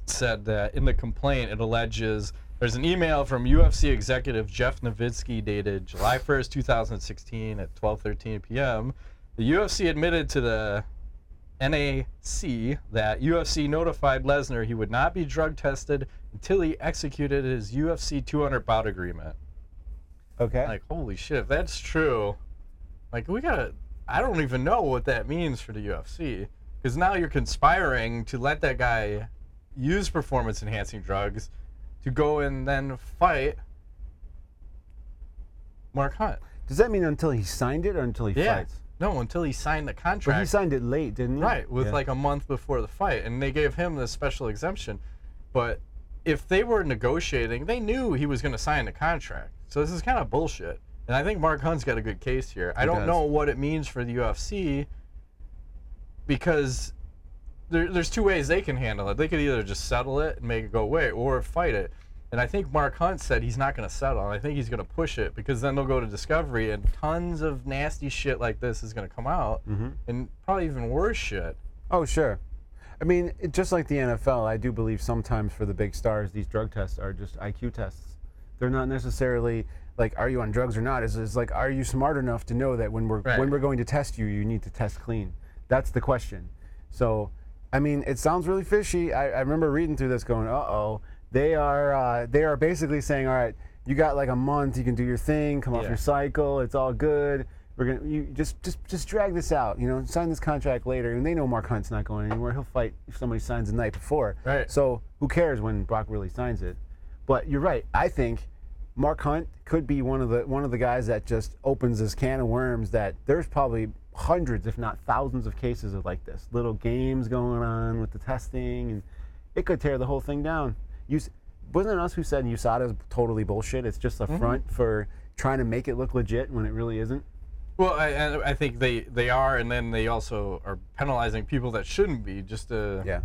[SPEAKER 3] said that in the complaint it alleges there's an email from UFC executive Jeff Nowitzki dated July 1st, 2016 at 12:13 p.m. The UFC admitted to the NAC that UFC notified Lesnar he would not be drug tested until he executed his UFC 200 bout agreement
[SPEAKER 2] Okay.
[SPEAKER 3] like holy shit if that's true like we gotta i don't even know what that means for the ufc because now you're conspiring to let that guy use performance enhancing drugs to go and then fight mark hunt
[SPEAKER 2] Does that mean until he signed it or until he
[SPEAKER 3] yeah
[SPEAKER 2] fights?
[SPEAKER 3] no until he signed the
[SPEAKER 2] But
[SPEAKER 3] contract
[SPEAKER 2] he signed it late, didn't he?
[SPEAKER 3] Right, with
[SPEAKER 2] Yeah.
[SPEAKER 3] like a month before the fight, and they gave him the special exemption. But if they were negotiating, they knew he was going to sign the contract. So this is kind of bullshit. And I think Mark Hunt's got a good case here. I don't
[SPEAKER 2] does.
[SPEAKER 3] know what it means for the UFC because there, there's two ways they can handle it. They could either just settle it and make it go away, or fight it. And I think Mark Hunt said he's not going to settle. I think he's going to push it because then they'll go to discovery, and tons of nasty shit like this is going to come out, and probably even worse shit.
[SPEAKER 2] Oh, sure. I mean, it, just like the NFL, I do believe sometimes for the big stars, these drug tests are just IQ tests. They're not necessarily like, are you on drugs or not? It's, it's like, are you smart enough to know that when we're when
[SPEAKER 3] Right.
[SPEAKER 2] we're going to test you, you need to test clean? That's the question. So, I mean, it sounds really fishy. I, I remember reading through this, going, uh oh, they are uh, they are basically saying, all right, you got like a month, you can do your thing, come off
[SPEAKER 3] Yeah.
[SPEAKER 2] your cycle, it's all good. We're gonna you just just just drag this out, you know, sign this contract later, and they know Mark Hunt's not going anywhere. He'll fight if somebody signs the night before.
[SPEAKER 3] Right.
[SPEAKER 2] So who cares when Brock really signs it? But you're right. I think Mark Hunt could be one of the one of the guys that just opens this can of worms that there's probably hundreds, if not thousands, of cases of like this. Little games going on with the testing and it could tear the whole thing down. You wasn't it us who said USADA's totally bullshit. It's just a front for trying to make it look legit when it really isn't.
[SPEAKER 3] Well, I, I- I think they, they are, and then they also are penalizing people that shouldn't be just to
[SPEAKER 2] Yeah.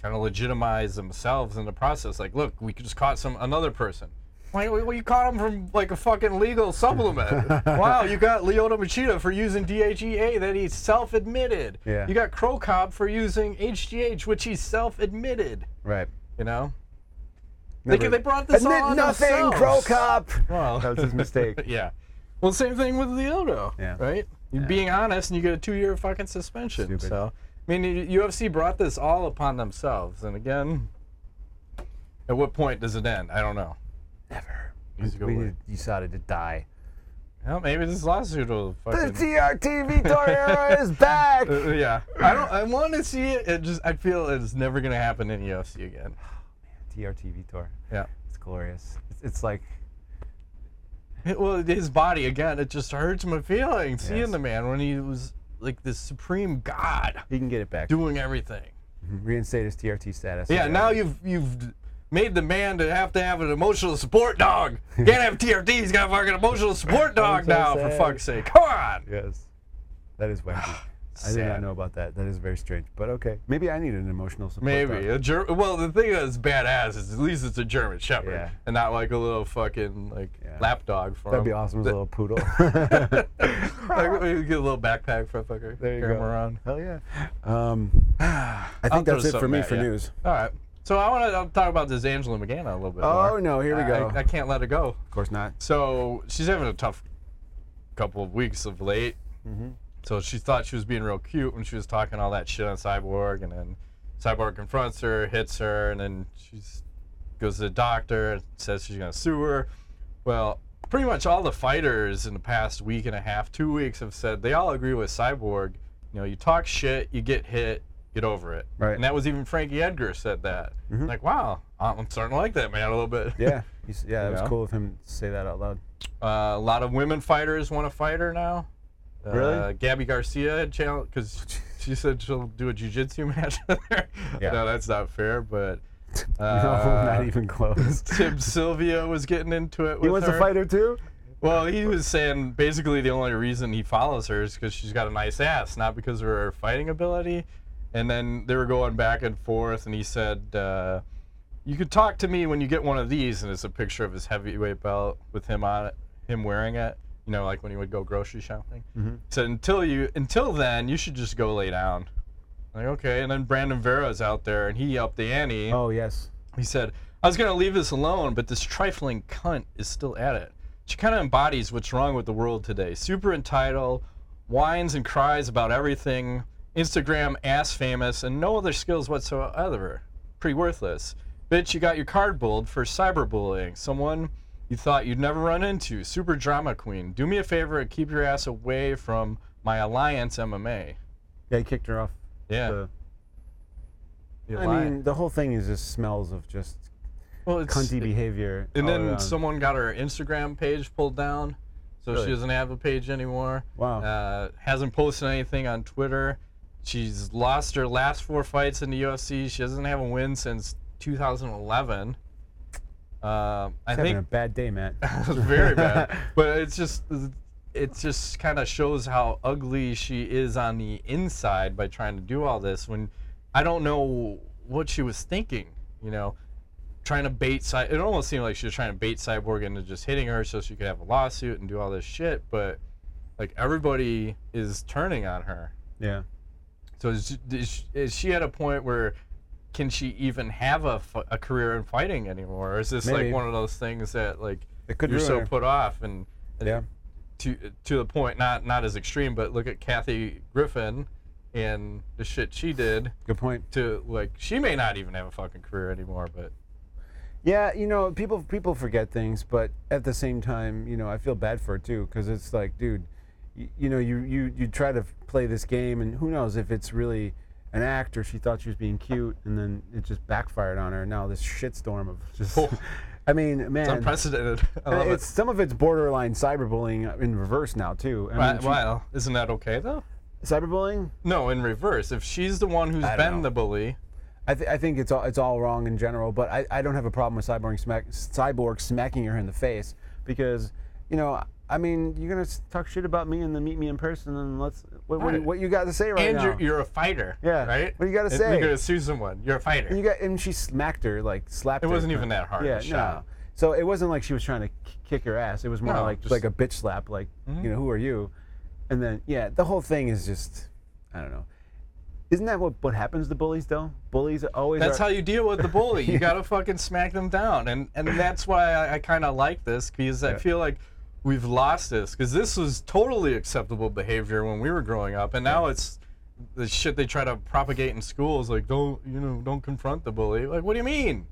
[SPEAKER 3] kind of legitimize themselves in the process. Like, look, we just caught some another person. Like, well, you caught him from like a fucking legal supplement.
[SPEAKER 2] [LAUGHS]
[SPEAKER 3] wow, you got Leota Machida for using DHEA that he self-admitted.
[SPEAKER 2] Yeah.
[SPEAKER 3] You got Crow Cobb for using HGH, which he self-admitted.
[SPEAKER 2] Right.
[SPEAKER 3] You know, they,
[SPEAKER 2] Never-
[SPEAKER 3] they brought this all on themselves.
[SPEAKER 2] Cop.
[SPEAKER 3] Wow.
[SPEAKER 2] That was his mistake.
[SPEAKER 3] [LAUGHS] Yeah. Well, same thing with Leoto.
[SPEAKER 2] Yeah.
[SPEAKER 3] Right? You're being honest and you get a two year fucking suspension.
[SPEAKER 2] Stupid.
[SPEAKER 3] So, I mean, the UFC brought this all upon themselves. And again, at what point does it end? I don't know.
[SPEAKER 2] Never.
[SPEAKER 3] Needs to go
[SPEAKER 2] we
[SPEAKER 3] away.
[SPEAKER 2] need USADA to die.
[SPEAKER 3] Well, maybe this lawsuit will fucking.
[SPEAKER 2] TRT Vitoriera is [LAUGHS] back.
[SPEAKER 3] Uh, yeah. I don't. I want to see it. It just. I feel it's never going to happen in UFC again.
[SPEAKER 2] TRT Vitor.
[SPEAKER 3] Yeah.
[SPEAKER 2] It's glorious. It's, it's like
[SPEAKER 3] It- well, his body again. It just hurts my feelings seeing the man when he was like this supreme god
[SPEAKER 2] He can get it back.
[SPEAKER 3] doing everything.
[SPEAKER 2] Reinstate his TRT status.
[SPEAKER 3] Yeah, now you've you've made the man to have to have an emotional support dog. Can't have TRT. He's got a fucking emotional support dog
[SPEAKER 2] so
[SPEAKER 3] now. For
[SPEAKER 2] sad.
[SPEAKER 3] fuck's sake, come on.
[SPEAKER 2] Yes. That is [SIGHS] wacky. I did
[SPEAKER 3] Sad.
[SPEAKER 2] not know about that. That is very strange. But okay. Maybe I need an emotional support.
[SPEAKER 3] Maybe
[SPEAKER 2] dog.
[SPEAKER 3] a Ger- Well, the thing that's badass is at least it's a German Shepherd
[SPEAKER 2] Yeah.
[SPEAKER 3] and not like a little fucking like
[SPEAKER 2] Yeah.
[SPEAKER 3] lap dog for
[SPEAKER 2] That'd
[SPEAKER 3] him.
[SPEAKER 2] be awesome as a little
[SPEAKER 3] [LAUGHS]
[SPEAKER 2] poodle. [LAUGHS]
[SPEAKER 3] like, we get a little backpack for a fucker.
[SPEAKER 2] There you
[SPEAKER 3] carry him
[SPEAKER 2] go.
[SPEAKER 3] around.
[SPEAKER 2] Hell yeah. Um,
[SPEAKER 3] [SIGHS]
[SPEAKER 2] I
[SPEAKER 3] I'll
[SPEAKER 2] think
[SPEAKER 3] throw
[SPEAKER 2] that's it for
[SPEAKER 3] something
[SPEAKER 2] me
[SPEAKER 3] at
[SPEAKER 2] for
[SPEAKER 3] ya.
[SPEAKER 2] news.
[SPEAKER 3] All right. So I want to talk about this Angela McGann a little bit.
[SPEAKER 2] Oh
[SPEAKER 3] more.
[SPEAKER 2] no, here we
[SPEAKER 3] I-
[SPEAKER 2] go.
[SPEAKER 3] I, can't let it go.
[SPEAKER 2] of course
[SPEAKER 3] [LAUGHS]
[SPEAKER 2] not.
[SPEAKER 3] So she's having a tough couple of weeks of late.
[SPEAKER 2] Mm-hmm.
[SPEAKER 3] So she thought she was being real cute when she was talking all that shit on Cyborg, and then Cyborg confronts her, hits her, and then she goes to the doctor and says she's gonna sue her. Well, pretty much all the fighters in the past week and a half, two weeks, have said they all agree with Cyborg. You know, you talk shit, you get hit, get over it.
[SPEAKER 2] Right. Mm-hmm.
[SPEAKER 3] And that was even Frankie Edgar said that. Like, wow, I'm starting to like that man a little bit.
[SPEAKER 2] Yeah. He's, yeah, it was
[SPEAKER 3] Yeah.
[SPEAKER 2] cool of him to say that out loud.
[SPEAKER 3] Uh, a lot of women fighters want to fight her now.
[SPEAKER 2] Really?
[SPEAKER 3] Uh, Gabby Garcia had challenged because she said she'll do a jiu-jitsu [LAUGHS] match with her.
[SPEAKER 2] Yeah.
[SPEAKER 3] No, that's not fair, but.
[SPEAKER 2] [LAUGHS] no,
[SPEAKER 3] uh,
[SPEAKER 2] not even
[SPEAKER 3] [LAUGHS]
[SPEAKER 2] close.
[SPEAKER 3] Tim Sylvia was getting into it with
[SPEAKER 2] he wants
[SPEAKER 3] her.
[SPEAKER 2] a fighter too.
[SPEAKER 3] Well, he was saying basically the only reason he follows her is because she's got a nice ass, not because of her fighting ability. And then they were going back and forth, and he said, uh, "You could talk to me when you get one of these." And it's a picture of his heavyweight belt with him on it, him wearing it. You know, like when he would go grocery shopping.
[SPEAKER 2] Mhm.
[SPEAKER 3] So until you, until then, you should just go lay down. Like okay, and then Brandon Vera's out there, and he upped the ante.
[SPEAKER 2] Oh yes.
[SPEAKER 3] He said, I was going to leave this alone, but this trifling cunt is still at it. She kind of embodies what's wrong with the world today. Super entitled, whines and cries about everything, Instagram ass famous, and no other skills whatsoever. Pretty worthless. Bitch, you got your card pulled for cyberbullying. Someone you thought you'd never run into. Super drama queen. Do me a favor and keep your ass away from my Alliance MMA.
[SPEAKER 2] Yeah, he kicked her off.
[SPEAKER 3] Yeah.
[SPEAKER 2] the-
[SPEAKER 3] the
[SPEAKER 2] I
[SPEAKER 3] Alliance.
[SPEAKER 2] mean, the whole thing is just smells of just
[SPEAKER 3] well, it's,
[SPEAKER 2] cunty behavior.
[SPEAKER 3] And
[SPEAKER 2] all
[SPEAKER 3] then
[SPEAKER 2] around.
[SPEAKER 3] someone got her Instagram page pulled down, so
[SPEAKER 2] Really? Oh.
[SPEAKER 3] she doesn't have a page anymore.
[SPEAKER 2] Wow.
[SPEAKER 3] Uh, hasn't posted anything on Twitter. She's lost her last four fights in the UFC. She doesn't have a win since 2011. Uh, I
[SPEAKER 2] having a
[SPEAKER 3] think
[SPEAKER 2] bad day,
[SPEAKER 3] [LAUGHS]
[SPEAKER 2] Matt. [LAUGHS]
[SPEAKER 3] it was very bad, but it's just it just kind of shows how ugly she is on the inside by trying to do all this. When I don't know what she was thinking, you know trying to bait Cy- it almost seemed like she was trying to bait cyborg into just hitting her so she could have a lawsuit and do all this shit but like everybody is turning on her
[SPEAKER 2] yeah.
[SPEAKER 3] so is, is, is she at a point where can she even have a, f- a career in fighting anymore or is this
[SPEAKER 2] Maybe.
[SPEAKER 3] like one of those things that like
[SPEAKER 2] It could
[SPEAKER 3] you're
[SPEAKER 2] ruin
[SPEAKER 3] so
[SPEAKER 2] her.
[SPEAKER 3] put off and, and
[SPEAKER 2] Yeah.
[SPEAKER 3] to to the point not not as extreme but look at kathy griffin and the shit she did
[SPEAKER 2] Good point.
[SPEAKER 3] to like she may not even have a fucking career anymore but
[SPEAKER 2] Yeah, you know, people people forget things, but at the same time, you know, I feel bad for it too because it's like, dude, you, you know, you, you you try to f- play this game, and who knows if it's really an act or she thought she was being cute, and then it just backfired on her. Now this shitstorm of just,
[SPEAKER 3] Oh.
[SPEAKER 2] [LAUGHS] I mean, man,
[SPEAKER 3] it's unprecedented [LAUGHS] I love it.
[SPEAKER 2] it's some of it's borderline cyberbullying in reverse now too. I mean,
[SPEAKER 3] Right,
[SPEAKER 2] she-
[SPEAKER 3] well, isn't that okay though?
[SPEAKER 2] cyberbullying,
[SPEAKER 3] No, in reverse. If she's the one who's
[SPEAKER 2] I don't
[SPEAKER 3] been
[SPEAKER 2] know.
[SPEAKER 3] the bully,
[SPEAKER 2] I, th- I think it's all it's all wrong in general, but I, I don't have a problem with cyborg smack cyborg smacking her in the face because you know I mean you're gonna s- talk shit about me and then meet me in person and let's what what,
[SPEAKER 3] Right.
[SPEAKER 2] what you got to say right
[SPEAKER 3] and
[SPEAKER 2] now
[SPEAKER 3] you're, you're a fighter,
[SPEAKER 2] Yeah,
[SPEAKER 3] right?
[SPEAKER 2] what do you gotta
[SPEAKER 3] If
[SPEAKER 2] say?
[SPEAKER 3] You're gonna sue someone. You're a fighter.
[SPEAKER 2] and you got and she smacked her like slapped
[SPEAKER 3] it
[SPEAKER 2] her.
[SPEAKER 3] wasn't even that hard.
[SPEAKER 2] yeah
[SPEAKER 3] a shot.
[SPEAKER 2] no so it wasn't like she was trying to k- kick her ass it was more
[SPEAKER 3] No,
[SPEAKER 2] like
[SPEAKER 3] just- Mm-hmm.
[SPEAKER 2] like a bitch slap like you know who are you and then yeah the whole thing is just I don't know isn't that what what happens to bullies though bullies always
[SPEAKER 3] That's
[SPEAKER 2] are,
[SPEAKER 3] how you deal with the bully.
[SPEAKER 2] [LAUGHS]
[SPEAKER 3] You gotta fucking smack them down, and and that's why I, I kind of like this because I feel like we've lost this because this was totally acceptable behavior when we were growing up, and now it's the shit they try to propagate in schools. Like don't you know don't confront the bully. Like what do you mean?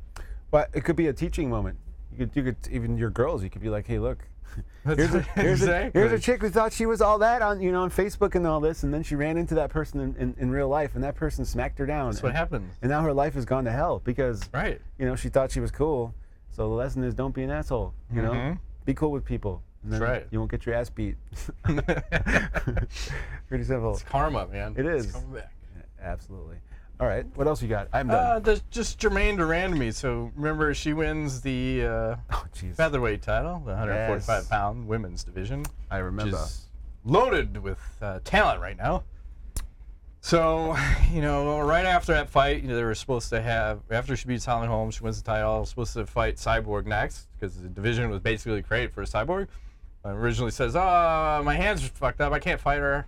[SPEAKER 2] But it could be a teaching moment. You could, you could even your girls. You could be like, hey, look,
[SPEAKER 3] [LAUGHS] That's
[SPEAKER 2] here's a,
[SPEAKER 3] right,
[SPEAKER 2] here's, a, here's a
[SPEAKER 3] exactly.
[SPEAKER 2] chick who thought she was all that on you know on Facebook and all this, and then she ran into that person in, in, in real life, and that person smacked her down.
[SPEAKER 3] That's what happens,
[SPEAKER 2] And now her life has gone to hell because
[SPEAKER 3] right?
[SPEAKER 2] you know she thought she was cool. So the lesson is don't be an asshole. You know, be cool with people. And then
[SPEAKER 3] Mm-hmm. That's right.
[SPEAKER 2] You won't get your ass
[SPEAKER 3] [LAUGHS]
[SPEAKER 2] beat. Pretty simple.
[SPEAKER 3] It's karma, man.
[SPEAKER 2] It is.
[SPEAKER 3] It's coming back.
[SPEAKER 2] Absolutely. All right. What else you got? I'm done.
[SPEAKER 3] Uh, there's just Jermaine Durand to me. So remember, she wins the uh,
[SPEAKER 2] oh, jeez.
[SPEAKER 3] featherweight title, the 145
[SPEAKER 2] Yes.
[SPEAKER 3] five pound women's division,
[SPEAKER 2] I
[SPEAKER 3] which
[SPEAKER 2] remember.
[SPEAKER 3] is loaded with uh, talent right now. So, [LAUGHS] you know, right after that fight, you know, they were supposed to have after she beats Holland Holm, she wins the title. Supposed to fight Cyborg next because the division was basically created for Cyborg. Uh, originally says, "Oh, my hands are fucked up. I can't fight her."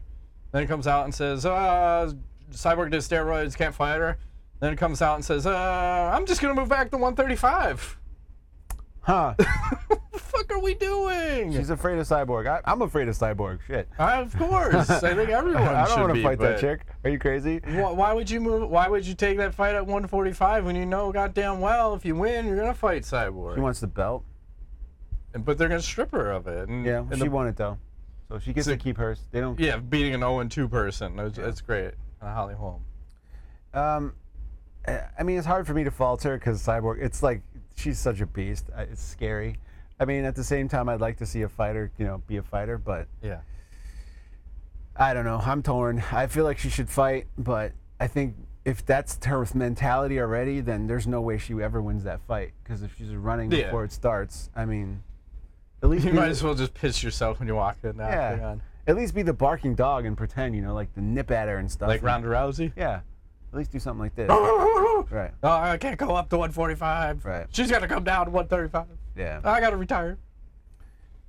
[SPEAKER 3] Then comes out and says, "Uh, Cyborg did steroids. Can't fight her." Then comes out and says, "Uh, I'm just gonna move back to 135." [LAUGHS]
[SPEAKER 2] Huh. [LAUGHS]
[SPEAKER 3] What the fuck are we doing?
[SPEAKER 2] She's afraid of Cyborg. I, I'm afraid of Cyborg. Shit.
[SPEAKER 3] Uh, of course, I think everyone
[SPEAKER 2] [LAUGHS] I
[SPEAKER 3] should
[SPEAKER 2] don't want
[SPEAKER 3] be,
[SPEAKER 2] to fight
[SPEAKER 3] but-
[SPEAKER 2] that chick. Are you crazy?
[SPEAKER 3] Why, why would you move? Why would you take that fight at 145 when you know goddamn well if you win you're gonna fight Cyborg?
[SPEAKER 2] She wants the belt.
[SPEAKER 3] And- but they're gonna strip her of it. And,
[SPEAKER 2] Yeah,
[SPEAKER 3] and
[SPEAKER 2] she
[SPEAKER 3] the-
[SPEAKER 2] won it though, so she gets
[SPEAKER 3] So-
[SPEAKER 2] to keep hers. They don't.
[SPEAKER 3] yeah, beating an 0 and 2 person. That's, that's great. Uh, Holly Holm.
[SPEAKER 2] Um, I I mean, it's hard for me to falter because Cyborg. It's like she's such a beast. I- It's scary. I mean, at the same time, I'd like to see a fighter, you know, be a fighter, but
[SPEAKER 3] Yeah.
[SPEAKER 2] I don't know. I'm torn. I feel like she should fight, but I think if that's her mentality already, then there's no way she ever wins that fight because if she's running
[SPEAKER 3] Yeah.
[SPEAKER 2] before it starts, I mean,
[SPEAKER 3] [LAUGHS]
[SPEAKER 2] at least
[SPEAKER 3] You
[SPEAKER 2] be
[SPEAKER 3] might
[SPEAKER 2] the-
[SPEAKER 3] as well just piss yourself when you walk in. Now. Hang
[SPEAKER 2] yeah,
[SPEAKER 3] on.
[SPEAKER 2] at least be the barking dog and pretend, you know, like the nip at her and stuff.
[SPEAKER 3] Like
[SPEAKER 2] and-
[SPEAKER 3] Ronda Rousey.
[SPEAKER 2] Yeah, at least do something like
[SPEAKER 3] [COUGHS]
[SPEAKER 2] this.
[SPEAKER 3] [LAUGHS] oh,
[SPEAKER 2] right.
[SPEAKER 3] I can't go up to 145.
[SPEAKER 2] Right.
[SPEAKER 3] She's gotta come down to 135.
[SPEAKER 2] Yeah.
[SPEAKER 3] I gotta retire.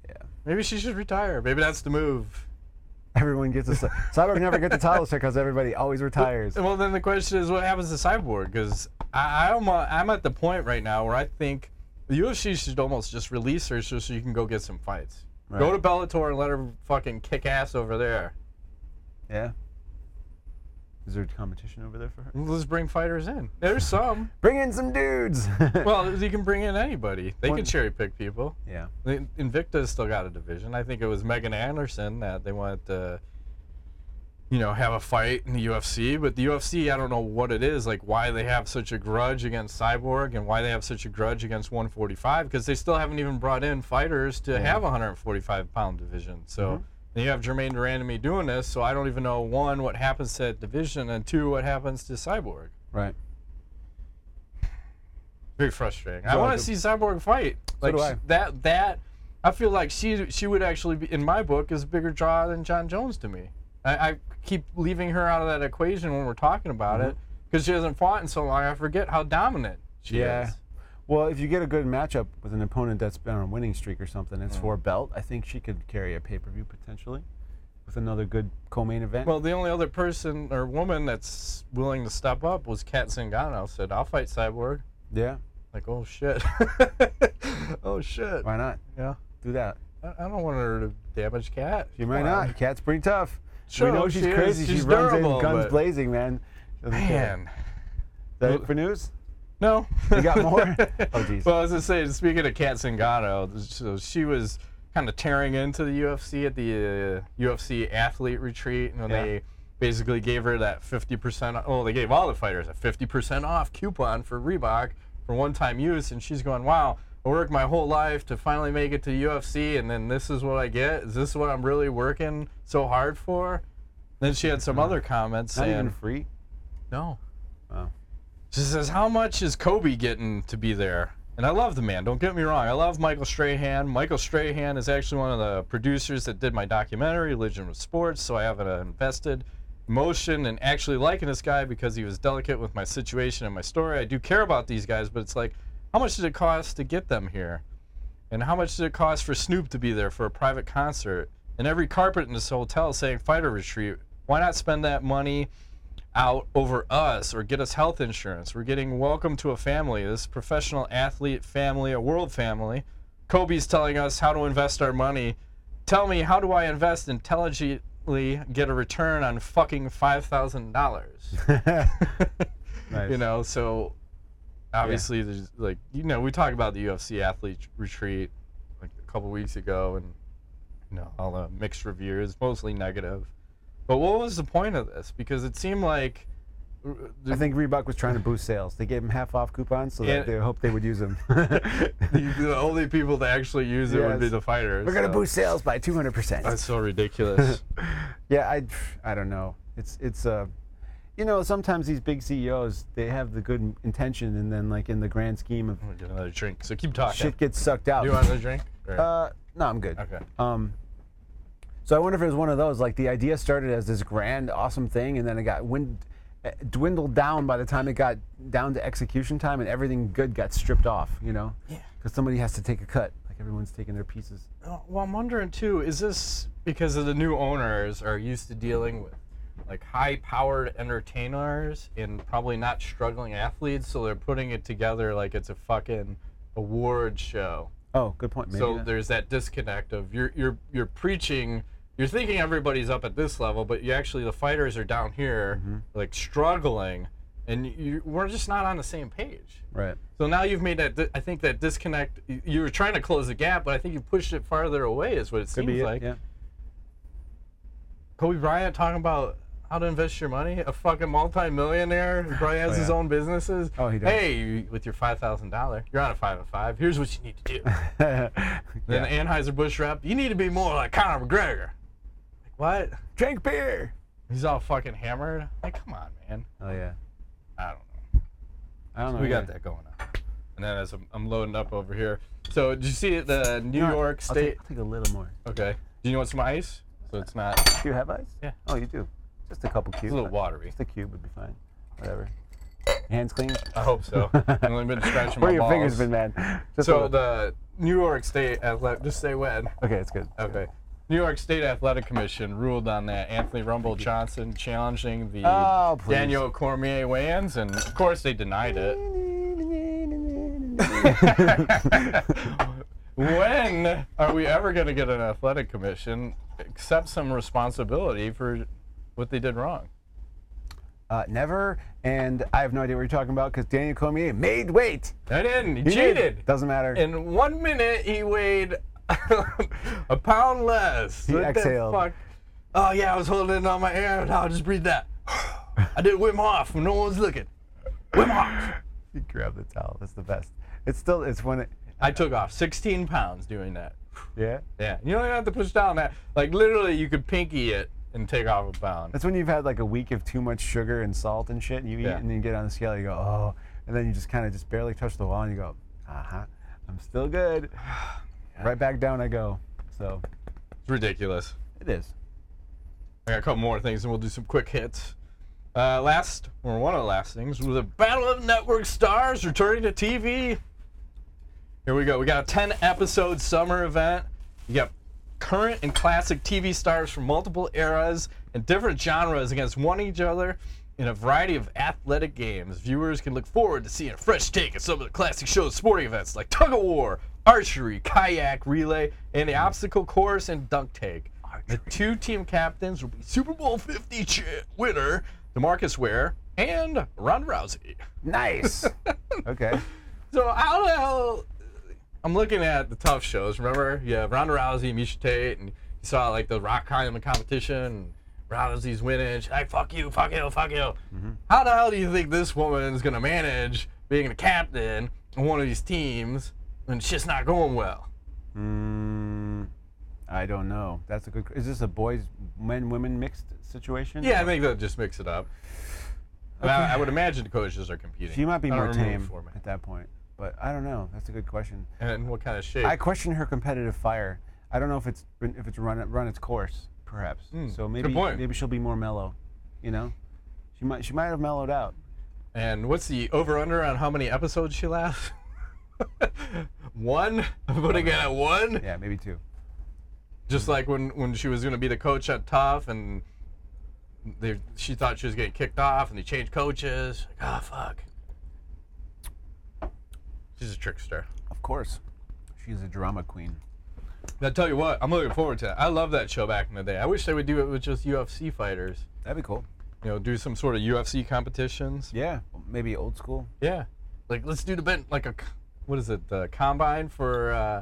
[SPEAKER 2] Yeah.
[SPEAKER 3] Maybe she should retire. Maybe that's the move.
[SPEAKER 2] Everyone gets a cy- cyborg never gets a title shot because everybody always retires.
[SPEAKER 3] Well, then the question is, what happens to Cyborg? Because I, I'm, uh, I'm at the point right now where I think the UFC should almost just release her so she can go get some fights. Go
[SPEAKER 2] Right.
[SPEAKER 3] to Bellator and let her fucking kick ass over there.
[SPEAKER 2] Yeah. Is there competition over there for her?
[SPEAKER 3] Let's bring fighters in.
[SPEAKER 2] [LAUGHS]
[SPEAKER 3] There's some.
[SPEAKER 2] Bring in some dudes. [LAUGHS]
[SPEAKER 3] well, you can bring in anybody. They
[SPEAKER 2] One-
[SPEAKER 3] can cherry pick people.
[SPEAKER 2] yeah.
[SPEAKER 3] The Invicta's still got a division. I think it was Megan Anderson that they wanted to, you know, have a fight in the UFC. But the UFC, I don't know what it is, like why they have such a grudge against Cyborg and why they have such a grudge against 145, because they still haven't even brought in fighters to have a 145 pound division. So then you have Jermaine Durand and me doing this. So I don't even know one what happens to that division and two what happens to Cyborg.
[SPEAKER 2] Right.
[SPEAKER 3] Very frustrating. I
[SPEAKER 2] So
[SPEAKER 3] want
[SPEAKER 2] the-
[SPEAKER 3] to see Cyborg fight. Like
[SPEAKER 2] do
[SPEAKER 3] sh-
[SPEAKER 2] I.
[SPEAKER 3] that that I feel like she she would actually be in my book is a bigger draw than John Jones to me. I, I keep leaving her out of that equation when we're talking about it because she hasn't fought in so long. I forget how dominant she
[SPEAKER 2] Mm-hmm. Yeah.
[SPEAKER 3] is.
[SPEAKER 2] Well, if you get a good matchup with an opponent that's been on a winning streak or something, it's for a belt. I think she could carry a pay per view potentially with another good co main event.
[SPEAKER 3] Well, the only other person or woman that's willing to step up was Kat Zingano. Said I'll fight Cyborg.
[SPEAKER 2] yeah.
[SPEAKER 3] Like oh shit, [LAUGHS] oh shit.
[SPEAKER 2] Why not?
[SPEAKER 3] Yeah,
[SPEAKER 2] Do that.
[SPEAKER 3] I, I don't want her to damage Kat.
[SPEAKER 2] You might not. Cat's pretty tough.
[SPEAKER 3] Sure,
[SPEAKER 2] we know she's
[SPEAKER 3] she is.
[SPEAKER 2] crazy.
[SPEAKER 3] She's
[SPEAKER 2] she runs
[SPEAKER 3] durable,
[SPEAKER 2] in guns
[SPEAKER 3] but-
[SPEAKER 2] blazing, man. She doesn't care.
[SPEAKER 3] Man.
[SPEAKER 2] Is that it for news?
[SPEAKER 3] No.
[SPEAKER 2] You got
[SPEAKER 3] [LAUGHS]
[SPEAKER 2] more? Oh, geez.
[SPEAKER 3] Well, I was just saying, speaking of Kat Zingano, so she was kind of tearing into the UFC at the uh, UFC athlete retreat, and then
[SPEAKER 2] Yeah.
[SPEAKER 3] they basically gave her that 50%, well, they gave all the fighters a 50% off coupon for Reebok for one time use, and she's going, wow. I worked my whole life to finally make it to UFC, and then this is what I get. Is this what I'm really working so hard for? Then she had some other comments.
[SPEAKER 2] Not even
[SPEAKER 3] and-
[SPEAKER 2] free.
[SPEAKER 3] no.
[SPEAKER 2] Wow.
[SPEAKER 3] She says, How much is Kobe getting to be there? And I love the man, don't get me wrong. I love Michael Strahan. Michael Strahan is actually one of the producers that did my documentary, Legion of Sports, so I have an invested emotion and actually liking this guy because he was delicate with my situation and my story. I do care about these guys, but it's like, how much did it cost to get them here? And how much did it cost for Snoop to be there for a private concert? And every carpet in this hotel saying fighter retreat. Why not spend that money out over us or get us health insurance? We're getting welcome to a family, this professional athlete family, a world family. Kobe's telling us how to invest our money. Tell me, how do I invest intelligently, get a return on fucking [LAUGHS] $5,000?
[SPEAKER 2] Nice.
[SPEAKER 3] you know so obviously there's like you know we talked about the ufc athlete retreat like a couple weeks ago and you know all the mixed reviews mostly negative but what was the point of this because it seemed like
[SPEAKER 2] I think Reebok was trying to boost sales. They gave them half off coupons, so that
[SPEAKER 3] Yeah.
[SPEAKER 2] they hope they would use
[SPEAKER 3] [LAUGHS]
[SPEAKER 2] them.
[SPEAKER 3] the, the only people to actually use it would be
[SPEAKER 2] Yes.
[SPEAKER 3] the fighters.
[SPEAKER 2] We're gonna
[SPEAKER 3] so.
[SPEAKER 2] boost sales by 200. percent
[SPEAKER 3] That's so
[SPEAKER 2] [LAUGHS]
[SPEAKER 3] ridiculous.
[SPEAKER 2] Yeah, I, I don't know. It's it's uh, you know, sometimes these big CEOs they have the good intention, and then like in the grand scheme of
[SPEAKER 3] I'm gonna get another drink. So keep talking.
[SPEAKER 2] shit gets sucked out.
[SPEAKER 3] You want another drink? Or-
[SPEAKER 2] Uh, no, I'm good.
[SPEAKER 3] okay.
[SPEAKER 2] Um, so I wonder if it was one of those. Like the idea started as this grand, awesome thing, and then it got wind, eh, dwindled down by the time it got down to execution time, and everything good got stripped off. You know? Yeah. Because somebody has to take a cut. Like everyone's taking their pieces.
[SPEAKER 3] Uh, Well, I'm wondering too. Is this because of the new owners are used to dealing with like high-powered entertainers and probably not struggling athletes, so they're putting it together like it's a fucking award show.
[SPEAKER 2] Oh, good point. Maybe
[SPEAKER 3] so
[SPEAKER 2] not.
[SPEAKER 3] there's that disconnect of you're you're you're preaching. You're thinking everybody's up at this level, but you actually the fighters are down here, like struggling, and you, we're just not on the same page.
[SPEAKER 2] right.
[SPEAKER 3] So now you've made that. di- I think that disconnect. y- You were trying to close the gap, but I think you pushed it farther away. Is what it
[SPEAKER 2] Could
[SPEAKER 3] seems
[SPEAKER 2] be it,
[SPEAKER 3] like. [LAUGHS]
[SPEAKER 2] Yeah.
[SPEAKER 3] Kobe Bryant talking about how to invest your money. A fucking multimillionaire who probably has his
[SPEAKER 2] yeah.
[SPEAKER 3] own businesses.
[SPEAKER 2] Oh, he does.
[SPEAKER 3] Hey, you- with your five thousand dollar, you're on a five and five. Here's what you need
[SPEAKER 2] [LAUGHS]
[SPEAKER 3] to do. Then Anheuser Busch rep, you need to be more like Conor McGregor. Like what?
[SPEAKER 2] Drink beer.
[SPEAKER 3] He's all fucking hammered. Like come on, man.
[SPEAKER 2] Oh yeah.
[SPEAKER 3] I don't know.
[SPEAKER 2] I don't know.
[SPEAKER 3] We got
[SPEAKER 2] Oh, yeah.
[SPEAKER 3] that going on. And then as I'm, I'm loading up over here, so did you see it, the New York
[SPEAKER 2] I'll take-
[SPEAKER 3] State? Oh.
[SPEAKER 2] I'll take a little more.
[SPEAKER 3] Okay. Do you want some ice? So it's not. It's
[SPEAKER 2] Do you have ice?
[SPEAKER 3] Yeah.
[SPEAKER 2] Oh, you do. Just a couple cubes.
[SPEAKER 3] a little watery.
[SPEAKER 2] Just a cube would be fine. Whatever. Hands clean.
[SPEAKER 3] I
[SPEAKER 2] [LAUGHS]
[SPEAKER 3] hope so. I've only been scratching my
[SPEAKER 2] Where your
[SPEAKER 3] balls.
[SPEAKER 2] fingers been, man? [LAUGHS] Just a
[SPEAKER 3] so
[SPEAKER 2] little-
[SPEAKER 3] the New York State Athletic. Just say when.
[SPEAKER 2] okay, it's good.
[SPEAKER 3] Okay. New York State Athletic Commission ruled on that Anthony Rumble Johnson challenging the
[SPEAKER 2] Oh, please.
[SPEAKER 3] Daniel Cormier weigh-ins, and of course they denied it. when are we ever going to get an athletic commission accept some responsibility for what they did wrong?
[SPEAKER 2] [LAUGHS] Uh, never, and I have no idea what you're talking about because Daniel Cormier made weight.
[SPEAKER 3] I didn't. He,
[SPEAKER 2] He did.
[SPEAKER 3] cheated.
[SPEAKER 2] Doesn't matter.
[SPEAKER 3] In one minute, he weighed [LAUGHS] a pound less. He
[SPEAKER 2] exhaled.
[SPEAKER 3] Oh yeah, I was holding in on my air. No, just breathe that. [SIGHS] I did Wim Hof when no one's looking. Wim Hof.
[SPEAKER 2] you grab the towel. That's the best. It's still. It's when it.
[SPEAKER 3] I took off 16 pounds doing that.
[SPEAKER 2] Yeah.
[SPEAKER 3] Yeah, you don't even have to push down that. Like literally, you could pinky it and take off a pound.
[SPEAKER 2] That's when you've had like a week of too much sugar and salt and shit, and you eat,
[SPEAKER 3] Yeah.
[SPEAKER 2] and you get on the scale, you go, oh, and then you just kind of just barely touch the wall, and you go, uh huh, I'm still
[SPEAKER 3] [SIGHS]
[SPEAKER 2] good. Right back down I go. So
[SPEAKER 3] It's ridiculous.
[SPEAKER 2] it is.
[SPEAKER 3] I got a couple more things, and we'll do some quick hits. Uh, last, or one of the last things, was the Battle of Network Stars returning to TV. Here we go. We got a 10 episode summer event. You got current and classic TV stars from multiple eras and different genres against one each other in a variety of athletic games. Viewers can look forward to seeing a fresh take at some of the classic show's sporting events like tug of war, archery, kayak relay, and the obstacle course and dunk take. The two team captains will be Super Bowl 50 cha- winner DeMarcus Ware and Ron Rousey. [LAUGHS]
[SPEAKER 2] Nice. okay.
[SPEAKER 3] So how the hell? I'm looking at the tough shows. Remember, you have Ronda Rousey, Misha Tate, and you saw like the Rock Climbing competition. And Rousey's winning. She's like, "Fuck you, fuck you, fuck you."
[SPEAKER 2] Mm-hmm.
[SPEAKER 3] How the hell do you think this woman is gonna manage being the captain on one of these teams when shit's not going well?
[SPEAKER 2] Mm, I don't know. That's a good. Is this a boys, men, women mixed situation?
[SPEAKER 3] Yeah, I think they'll just mix it up. And I, I would imagine the coaches are competing.
[SPEAKER 2] She might be
[SPEAKER 3] I don't
[SPEAKER 2] more
[SPEAKER 3] remember
[SPEAKER 2] tame
[SPEAKER 3] the format.
[SPEAKER 2] at that point, but I don't know. That's a good question.
[SPEAKER 3] And what kind of shape?
[SPEAKER 2] I question her competitive fire. I don't know if it's been- if it's run run its course, perhaps. so maybe
[SPEAKER 3] point.
[SPEAKER 2] maybe she'll be more mellow. You know, she might she might have mellowed out.
[SPEAKER 3] And what's the over under on how many episodes she lasts? [LAUGHS] one? I'm putting it at one?
[SPEAKER 2] Yeah, maybe too.
[SPEAKER 3] Just like when, when she was going to be the coach at Tough and they, she thought she was getting kicked off and they changed coaches. Like, oh, fuck. She's a trickster.
[SPEAKER 2] Of course, she's a drama queen.
[SPEAKER 3] Now, tell you what, I'm looking forward to that. I love that show back in the day. I wish they would do it with just UFC fighters.
[SPEAKER 2] That'd be cool.
[SPEAKER 3] You know, do some sort of UFC competitions.
[SPEAKER 2] Yeah, maybe old school.
[SPEAKER 3] Yeah. Like let's do the ben like a c- what is it the combine for uh,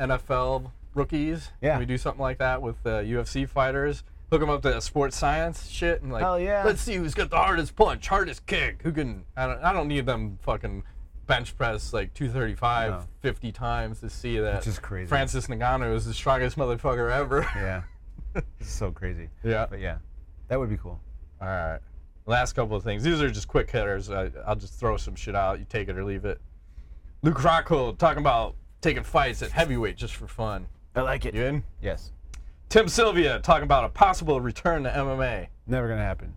[SPEAKER 3] NFL rookies.
[SPEAKER 2] Yeah.
[SPEAKER 3] Can we do something like that with uh, UFC fighters? hook them up to that sports science shit and like,
[SPEAKER 1] Hell yeah.
[SPEAKER 3] let's see who's got the hardest punch, hardest kick, who can. I don't, I don't need them fucking bench press like 235 50 times to see that.
[SPEAKER 2] Which is crazy.
[SPEAKER 3] Francis Ngannou is the strongest motherfucker ever.
[SPEAKER 2] Yeah. it's so crazy.
[SPEAKER 3] [LAUGHS] yeah.
[SPEAKER 2] But yeah, that would be cool.
[SPEAKER 3] All right. Last couple of things. These are just quick hitters. I, I'll just throw some shit out. You take it or leave it. Luke Rockhold talking about taking fights at heavyweight just for fun.
[SPEAKER 1] I like it.
[SPEAKER 3] You in?
[SPEAKER 2] Yes.
[SPEAKER 3] Tim Sylvia talking about a possible return to MMA.
[SPEAKER 2] Never gonna happen.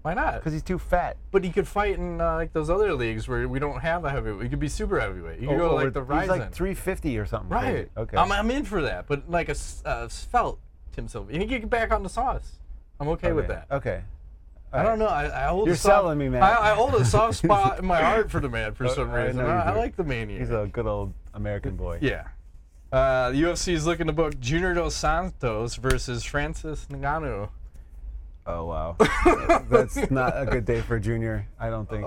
[SPEAKER 3] Why not?
[SPEAKER 1] Because he's too fat.
[SPEAKER 3] But he could fight in uh, like those other leagues where we don't have a heavyweight. He could be super heavyweight. You could go to, oh, like the
[SPEAKER 1] He's
[SPEAKER 3] Ryzen.
[SPEAKER 1] like 350 or something. crazy.
[SPEAKER 3] right.
[SPEAKER 1] Okay.
[SPEAKER 3] I'm, I'm in for that. But like a s- uh, svelte Tim Sylvia. And he could get back on the sauce. I'm okay, with that.
[SPEAKER 2] Okay.
[SPEAKER 3] I don't know. I, I hold
[SPEAKER 1] You're
[SPEAKER 3] a soft,
[SPEAKER 1] selling me, man. Uh,
[SPEAKER 3] I, I hold
[SPEAKER 1] [LAUGHS]
[SPEAKER 3] a soft spot in my heart for the man for some
[SPEAKER 1] I
[SPEAKER 3] reason.
[SPEAKER 1] know you
[SPEAKER 3] I, I
[SPEAKER 1] do.
[SPEAKER 3] like the maniac.
[SPEAKER 1] He's a good old American boy.
[SPEAKER 3] yeah. Uh, the UFC is looking to book Junior Dos Santos versus Francis Ngannou.
[SPEAKER 2] Oh
[SPEAKER 3] [LAUGHS]
[SPEAKER 2] wow. That's not a good day for Junior. I don't think.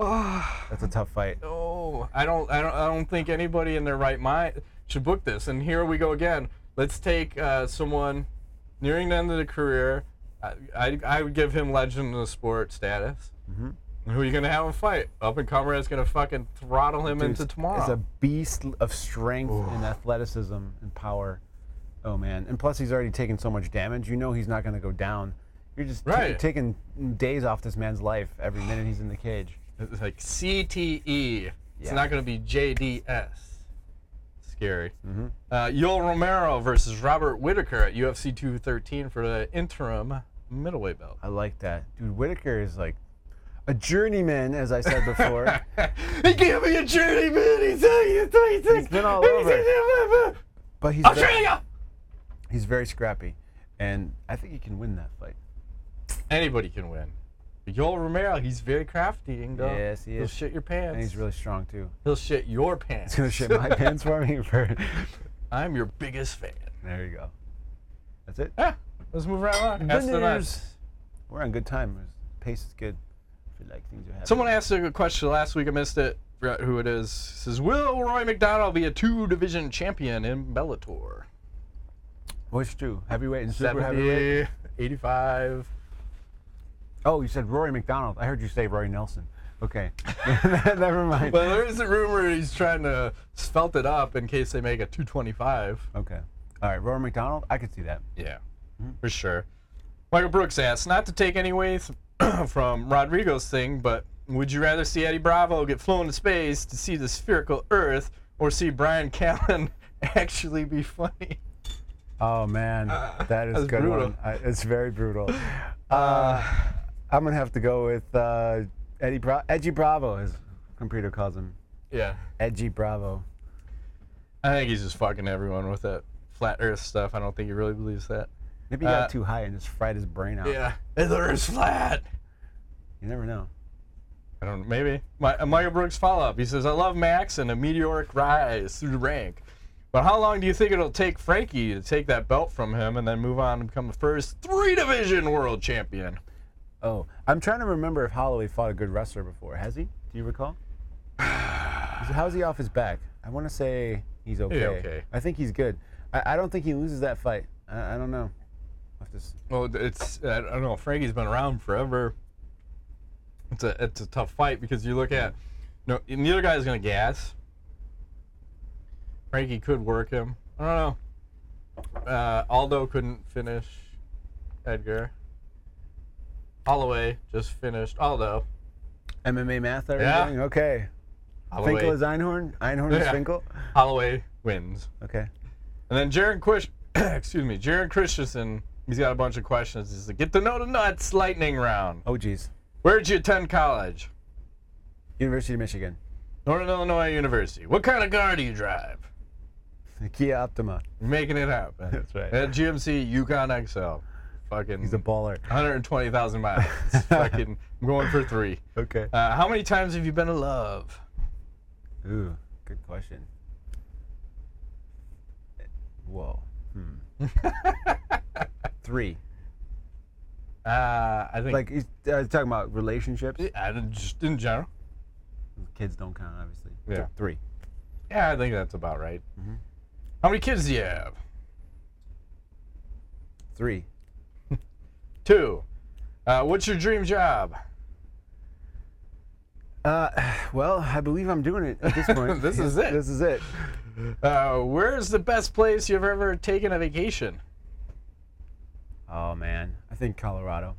[SPEAKER 2] That's a tough fight.
[SPEAKER 3] Oh, I don't, I don't, I don't think anybody in their right mind should book this. And here we go again. Let's take uh, someone nearing the end of the career. I, I, I would give him legend of the sport status. Mm-hmm. Who are you gonna have him fight? Up and comer is gonna fucking throttle him
[SPEAKER 2] Dude,
[SPEAKER 3] into
[SPEAKER 2] it's-
[SPEAKER 3] tomorrow.
[SPEAKER 2] It's a beast of strength and athleticism and power. Oh man! And plus, he's already taken so much damage. You know he's not going to go down. You're just ta-
[SPEAKER 3] Right.
[SPEAKER 2] taking days off this man's life every minute he's in the cage.
[SPEAKER 3] It's like CTE. It's
[SPEAKER 2] Yeah.
[SPEAKER 3] not going to be JDS. Scary.
[SPEAKER 2] Mm-hmm.
[SPEAKER 3] Uh, Yoel Romero versus Robert Whitaker at UFC 213 for the interim middleweight belt. [LAUGHS]
[SPEAKER 2] I like that, dude. Whitaker is like a journeyman, as I said
[SPEAKER 3] [LAUGHS]
[SPEAKER 2] before.
[SPEAKER 3] he gave me a journey, man. He's
[SPEAKER 2] He's been all
[SPEAKER 3] over.
[SPEAKER 2] but he's very,
[SPEAKER 3] Australia.
[SPEAKER 2] he's very scrappy, and I think he can win that fight.
[SPEAKER 3] Anybody can win. But Yoel Romero, he's very crafty. And, uh,
[SPEAKER 2] Yes, he
[SPEAKER 3] He'll
[SPEAKER 2] is.
[SPEAKER 3] shit your pants.
[SPEAKER 2] And he's really strong too.
[SPEAKER 3] He'll shit your
[SPEAKER 2] [LAUGHS]
[SPEAKER 3] pants.
[SPEAKER 2] He's gonna shit
[SPEAKER 3] [LAUGHS]
[SPEAKER 2] my pants for me. For [LAUGHS]
[SPEAKER 3] I'm your biggest fan.
[SPEAKER 2] there you go. That's it.
[SPEAKER 3] Yeah, let's move right along. That's the
[SPEAKER 2] news.
[SPEAKER 3] nuts.
[SPEAKER 2] We're on good time. The Pace is good. I feel like things are happening.
[SPEAKER 3] Someone asked a question last week. I missed it. Forgot who it is. Says, will Roy McDonald be a two division champion in Bellator?
[SPEAKER 2] Which two? Heavyweight and super heavyweight.
[SPEAKER 3] 70, 85.
[SPEAKER 2] Oh, you said Rory McDonald. I heard you say Rory Nelson. Okay, [LAUGHS] never mind.
[SPEAKER 3] Well, there is a rumor he's trying to spelt it up in case they make a 225.
[SPEAKER 2] okay, all right, Rory McDonald. I could see that.
[SPEAKER 3] Yeah, Mm-hmm. for sure. Michael Brooks asks, not to take any away th- [CLEARS THROAT] from Rodrigo's thing, but would you rather see Eddie Bravo get flown to space to see the spherical Earth or see Brian Callen [LAUGHS] actually be funny?
[SPEAKER 2] Oh man, that is
[SPEAKER 3] Uh, That's
[SPEAKER 2] a good
[SPEAKER 3] brutal.
[SPEAKER 2] one. I, it's very
[SPEAKER 3] [LAUGHS]
[SPEAKER 2] brutal. Uh, I'm gonna have to go with uh, Eddie Bra- Edgy Bravo, as computer calls him.
[SPEAKER 3] Yeah.
[SPEAKER 2] Edgy Bravo.
[SPEAKER 3] I think he's just fucking everyone with that flat Earth stuff. I don't think he really believes that.
[SPEAKER 2] Maybe he got
[SPEAKER 3] Uh,
[SPEAKER 2] too high and just fried his brain out.
[SPEAKER 3] Yeah, the Earth's flat.
[SPEAKER 2] You never know.
[SPEAKER 3] I don't. Maybe My, uh, Michael Brooks follow up. He says, "I love Max and a meteoric rise through the rank, but how long do you think it'll take Frankie to take that belt from him and then move on and become the first three division world champion?"
[SPEAKER 2] Oh, I'm trying to remember if Holloway fought a good wrestler before. Has he? Do you
[SPEAKER 3] [SIGHS]
[SPEAKER 2] recall? Is- How's he off his back? I want to say he's okay.
[SPEAKER 3] okay.
[SPEAKER 2] I think he's good. I, I don't think he loses that fight. I, I don't know. I'll have to s-
[SPEAKER 3] Well, it's I don't know. Frankie's been around forever. It's a it's a tough fight because you look at no and the other guy's gonna gas. Frankie could work him. I don't know. Uh, Aldo couldn't finish Edgar. Holloway just finished Aldo.
[SPEAKER 2] MMA math. That we're
[SPEAKER 3] Yeah.
[SPEAKER 2] doing? Okay. Finkel
[SPEAKER 3] Holloway,
[SPEAKER 2] is Einhorn. Einhorn is
[SPEAKER 3] Yeah.
[SPEAKER 2] Finkel.
[SPEAKER 3] Holloway wins.
[SPEAKER 2] Okay.
[SPEAKER 3] And then Jaron Quish, [COUGHS] excuse me, Jaron Christensen. He's got a bunch of questions. He's like, get to know the nuts lightning round.
[SPEAKER 2] Oh geez.
[SPEAKER 3] Where'd you attend college?
[SPEAKER 2] University of Michigan. [LAUGHS]
[SPEAKER 3] Northern Illinois University. What kind of car do you drive?
[SPEAKER 2] The Kia Optima.
[SPEAKER 3] You're making it happen.
[SPEAKER 2] [LAUGHS] That's right.
[SPEAKER 3] At GMC Yukon XL. Fucking
[SPEAKER 2] He's a baller. [LAUGHS]
[SPEAKER 3] 120,000 miles. It's fucking, I'm going for three.
[SPEAKER 2] Okay.
[SPEAKER 3] Uh, how many times have you been in love?
[SPEAKER 2] Ooh, good question. Whoa. Hmm.
[SPEAKER 3] [LAUGHS]
[SPEAKER 2] Three.
[SPEAKER 3] Uh, I think.
[SPEAKER 2] Like he's uh, talking about relationships.
[SPEAKER 3] I don't- just in general.
[SPEAKER 2] Kids don't count, obviously.
[SPEAKER 3] Yeah.
[SPEAKER 2] Three.
[SPEAKER 3] Yeah, I think that's about right.
[SPEAKER 2] Mm-hmm.
[SPEAKER 3] How many kids do you have?
[SPEAKER 2] Three.
[SPEAKER 3] Two. Uh, what's your dream job?
[SPEAKER 2] Uh, [SIGHS] well, I believe I'm doing it at this point.
[SPEAKER 3] [LAUGHS] This is it.
[SPEAKER 2] This is it.
[SPEAKER 3] Uh, where's the best place you've ever taken a vacation?
[SPEAKER 2] Oh man, I think Colorado.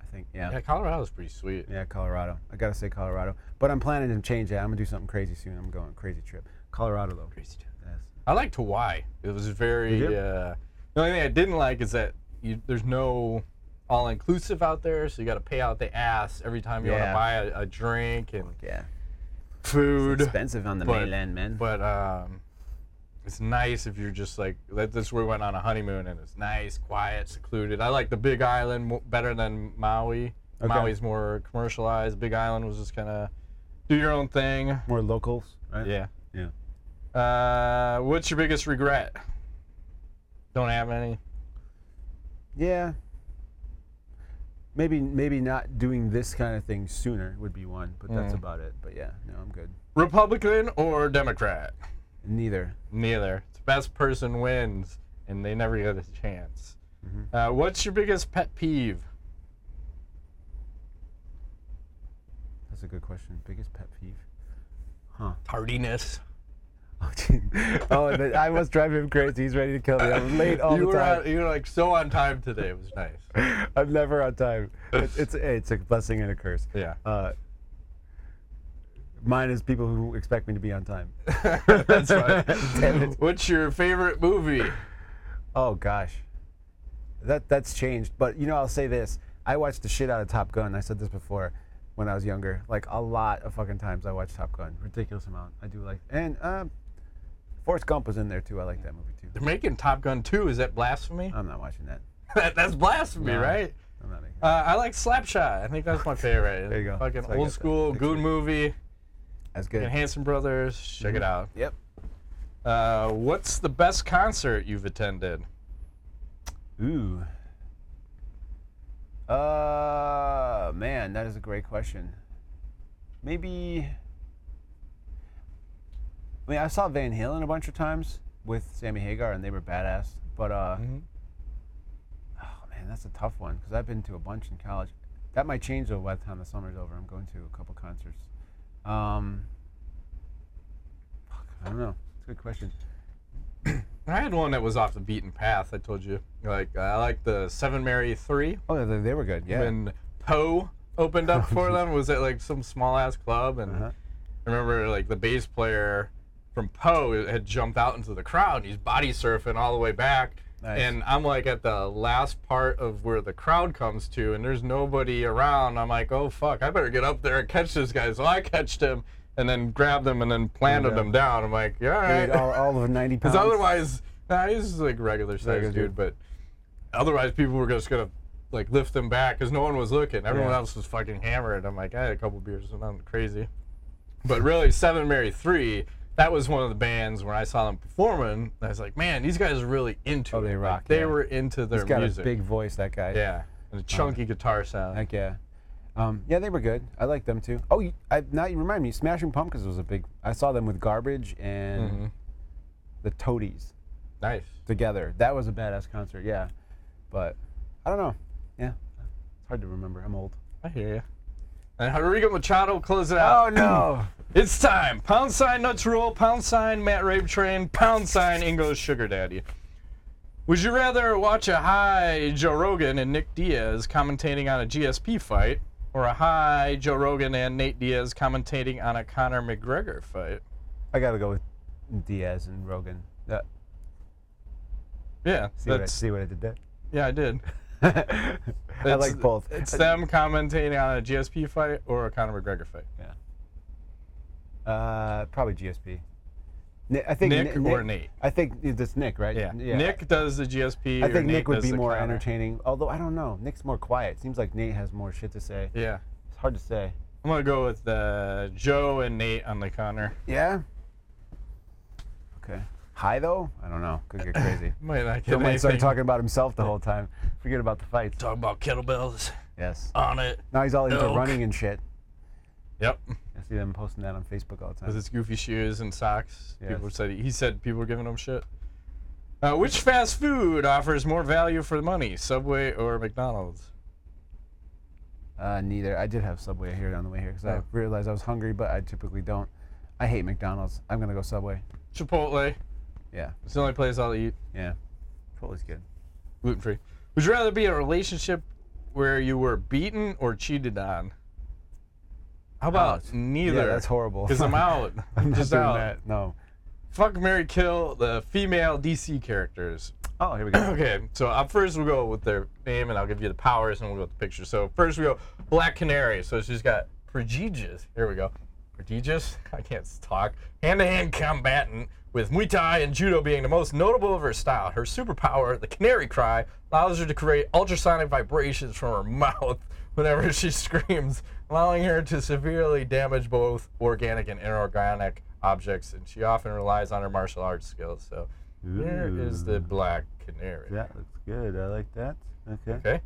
[SPEAKER 2] I think yeah.
[SPEAKER 3] Yeah, Colorado's pretty sweet.
[SPEAKER 2] Yeah, Colorado. I gotta say Colorado, but I'm planning to change that. I'm gonna do something crazy soon. I'm going on a crazy trip. Colorado though.
[SPEAKER 3] Crazy town.
[SPEAKER 2] Yes.
[SPEAKER 3] I liked Hawaii. It was very.
[SPEAKER 2] Did you?
[SPEAKER 3] Uh, the only thing I didn't like is that you, there's no all inclusive out there, so you got to pay out the ass every time you
[SPEAKER 2] Yeah.
[SPEAKER 3] want to buy a, a
[SPEAKER 2] [LAUGHS]
[SPEAKER 3] drink and
[SPEAKER 2] Yeah.
[SPEAKER 3] food.
[SPEAKER 2] Expensive on the
[SPEAKER 3] But-
[SPEAKER 2] mainland, man.
[SPEAKER 3] But um, it's nice if you're just like that. That's where we went on a honeymoon, and it's nice, quiet, secluded. I like the Big Island mo- better than Maui.
[SPEAKER 2] Okay.
[SPEAKER 3] Maui's more commercialized. Big Island was just kind of do your own thing.
[SPEAKER 2] More locals, right?
[SPEAKER 3] Yeah.
[SPEAKER 2] Yeah.
[SPEAKER 3] Uh, what's your biggest regret? Don't have any.
[SPEAKER 2] Yeah. Maybe maybe not doing this kind of thing sooner would be one, but that's about it. But yeah, no, I'm good.
[SPEAKER 3] Republican or Democrat?
[SPEAKER 2] Neither.
[SPEAKER 3] Neither. It's best person wins, and they never get a chance. Uh, what's your biggest pet peeve?
[SPEAKER 2] That's a good question. Biggest pet peeve. [LAUGHS]
[SPEAKER 3] [LAUGHS] Tardiness.
[SPEAKER 2] Oh, gee. oh the- I was driving him crazy. He's ready to kill me. I'm late all
[SPEAKER 3] you
[SPEAKER 2] the
[SPEAKER 3] were
[SPEAKER 2] time.
[SPEAKER 3] on- you were like so on time today. It was nice.
[SPEAKER 2] [LAUGHS] I'm never on time. It's, it's it's a blessing and a curse. [LAUGHS]
[SPEAKER 3] Yeah.
[SPEAKER 2] Uh, mine is people who expect me to be on time.
[SPEAKER 3] That's right.
[SPEAKER 2] [LAUGHS] Damn it.
[SPEAKER 3] What's your favorite movie?
[SPEAKER 2] Oh gosh, that that's changed. But you know, I'll say this: I watched the shit out of Top Gun. I said this before when I was younger. Like a lot of fucking times, I watched Top Gun. Ridiculous amount. I do like and um, Forrest Gump was in there too. I like that movie too.
[SPEAKER 3] They're making Top Gun 2. Is that blasphemy?
[SPEAKER 2] I'm not watching that.
[SPEAKER 3] [LAUGHS] that, that's blasphemy,
[SPEAKER 2] No.
[SPEAKER 3] right?
[SPEAKER 2] I'm not making.
[SPEAKER 3] Uh, I like Slapshot. I think that's my favorite.
[SPEAKER 2] There you go.
[SPEAKER 3] Fucking
[SPEAKER 2] So I got
[SPEAKER 3] old
[SPEAKER 2] that.
[SPEAKER 3] school,
[SPEAKER 2] Thanks,
[SPEAKER 3] good
[SPEAKER 2] man.
[SPEAKER 3] movie.
[SPEAKER 2] That's good.
[SPEAKER 3] And Hanson Brothers.
[SPEAKER 2] Mm-hmm.
[SPEAKER 3] Check it out.
[SPEAKER 2] Yep.
[SPEAKER 3] Uh, what's the best concert you've attended?
[SPEAKER 2] Ooh. Uh, man, that is a great question. Maybe. I mean, I saw Van Halen a bunch of times with Sammy Hagar, and they were badass. But uh,
[SPEAKER 3] Mhm.
[SPEAKER 2] oh man, that's a tough one because I've been to a bunch in college. That might change though by the time the summer's over. I'm going to a couple concerts. Um, fuck, I don't know. It's a good question.
[SPEAKER 3] I had one that was off the beaten path. I told you. Like I like the Seven Mary Three
[SPEAKER 2] Oh, they, they were good. Yeah.
[SPEAKER 3] when Poe opened up
[SPEAKER 2] [LAUGHS]
[SPEAKER 3] for them. Was at like some small ass club, and
[SPEAKER 2] Uh-huh.
[SPEAKER 3] I remember like the bass player from Poe had jumped out into the crowd. And he's body surfing all the way back.
[SPEAKER 2] Nice.
[SPEAKER 3] And I'm like at the last part of where the crowd comes to, and there's nobody around. I'm like, oh fuck, I better get up there and catch this guy. So I catched him, and then grabbed him, and then planted
[SPEAKER 2] Yeah.
[SPEAKER 3] him down. I'm like, yeah, all right.
[SPEAKER 2] Dude, all, all of 90 pounds.
[SPEAKER 3] Because otherwise, nah, he's just, like regular size
[SPEAKER 2] Regular
[SPEAKER 3] dude,
[SPEAKER 2] dude.
[SPEAKER 3] but otherwise people were just gonna like lift them back because no one was looking. Everyone
[SPEAKER 2] Yeah.
[SPEAKER 3] else was fucking hammered. I'm like, I had a couple beers and I'm crazy. But really, Seven Mary Three, that was one of the bands when I saw them performing. I was like, man, these guys are really into
[SPEAKER 2] Oh, they
[SPEAKER 3] it. Like,
[SPEAKER 2] rock,
[SPEAKER 3] They
[SPEAKER 2] yeah.
[SPEAKER 3] were into their
[SPEAKER 2] He's got
[SPEAKER 3] music.
[SPEAKER 2] a big voice, that guy.
[SPEAKER 3] yeah, and a chunky guitar sound.
[SPEAKER 2] Heck yeah. Um, yeah, they were good. I like them too. Oh, you, I, now you remind me. Smashing Pumpkins was a big. I saw them with Garbage and the Toadies
[SPEAKER 3] Mm-hmm. nice.
[SPEAKER 2] together. That was a badass concert. Yeah, but I don't know. Yeah, it's hard to remember. I'm old.
[SPEAKER 3] I hear you. And Rodrigo Machado close it out.
[SPEAKER 2] Oh no!
[SPEAKER 3] It's time. Pound sign nuts rule. Pound sign Matt Rave train. Pound sign English sugar daddy. Would you rather watch a high Joe Rogan and Nick Diaz commentating on a GSP fight, or a high Joe Rogan and Nate Diaz commentating on a Conor McGregor fight?
[SPEAKER 2] [COUGHS] I gotta go with Diaz and Rogan. Uh,
[SPEAKER 3] Yeah,
[SPEAKER 2] see, what I,
[SPEAKER 3] that's
[SPEAKER 2] see what I did there? [LAUGHS]
[SPEAKER 3] yeah, I did.
[SPEAKER 2] I
[SPEAKER 3] It's-
[SPEAKER 2] like both.
[SPEAKER 3] It's them commentating on a GSP fight or a Conor McGregor fight.
[SPEAKER 2] Uh, probably GSP. Ni- I think
[SPEAKER 3] Nick
[SPEAKER 2] Ni-
[SPEAKER 3] or Nate?
[SPEAKER 2] I think it's Nick, right?
[SPEAKER 3] Yeah. Nick does the GSP.
[SPEAKER 2] I
[SPEAKER 3] or
[SPEAKER 2] think Nick, would
[SPEAKER 3] does
[SPEAKER 2] be
[SPEAKER 3] the
[SPEAKER 2] more
[SPEAKER 3] Conor.
[SPEAKER 2] entertaining. Although I don't know, Nick's more quiet. Seems like Nate has more shit to say.
[SPEAKER 3] Yeah,
[SPEAKER 2] It's hard to say.
[SPEAKER 3] I'm gonna go with uh, Joe and Nate on the Conor.
[SPEAKER 2] Yeah. Okay. High though? I don't know. Could get
[SPEAKER 3] [LAUGHS]
[SPEAKER 2] crazy.
[SPEAKER 3] Might not get
[SPEAKER 2] Someone might start
[SPEAKER 3] anything.
[SPEAKER 2] talking about himself the whole time. Forget about the fights.
[SPEAKER 3] Talk about kettlebells Uh,
[SPEAKER 2] Yes.
[SPEAKER 3] on it.
[SPEAKER 2] Now he's all into
[SPEAKER 3] Elk.
[SPEAKER 2] running and shit.
[SPEAKER 3] Yep.
[SPEAKER 2] I see them posting that on Facebook all the
[SPEAKER 3] With
[SPEAKER 2] time.
[SPEAKER 3] his goofy shoes and socks. People
[SPEAKER 2] Yes.
[SPEAKER 3] said he said people were giving him shit. Uh, which fast food offers more value for money, Subway or McDonald's?
[SPEAKER 2] Uh, neither. I did have Subway here on the way here because I
[SPEAKER 3] Oh.
[SPEAKER 2] realized I was hungry, but I typically don't. I hate McDonald's. I'm gonna go Subway.
[SPEAKER 3] Chipotle.
[SPEAKER 2] Yeah,
[SPEAKER 3] It's the only place I'll eat
[SPEAKER 2] yeah.
[SPEAKER 1] Chipotle's good.
[SPEAKER 3] gluten free. Would you rather be in a relationship where you were beaten or cheated on? How about
[SPEAKER 2] Ouch.
[SPEAKER 3] neither?
[SPEAKER 2] Yeah, that's horrible.
[SPEAKER 3] Because
[SPEAKER 2] [LAUGHS]
[SPEAKER 3] I'm out. I'm
[SPEAKER 2] Not
[SPEAKER 3] just
[SPEAKER 2] doing
[SPEAKER 3] out.
[SPEAKER 2] that. No.
[SPEAKER 3] Fuck Mary Kill, the female DC characters.
[SPEAKER 1] Oh, here we go.
[SPEAKER 3] [CLEARS THROAT] Okay, so uh, first we'll go with their name, and I'll give you the powers, and we'll go with the picture. So first we go Black Canary. So she's got prodigious. Here we go. Prodigious. [LAUGHS] I can't s- talk. Hand-to-hand combatant with Muay Thai and Judo being the most notable of her style. Her superpower, the canary cry, allows her to create ultrasonic vibrations from her [LAUGHS] mouth whenever [LAUGHS] she screams, allowing her to severely damage both organic and inorganic objects. And she often relies on her martial arts skills. So there is the Black Canary.
[SPEAKER 1] That looks good. I like that. Okay.
[SPEAKER 3] Okay.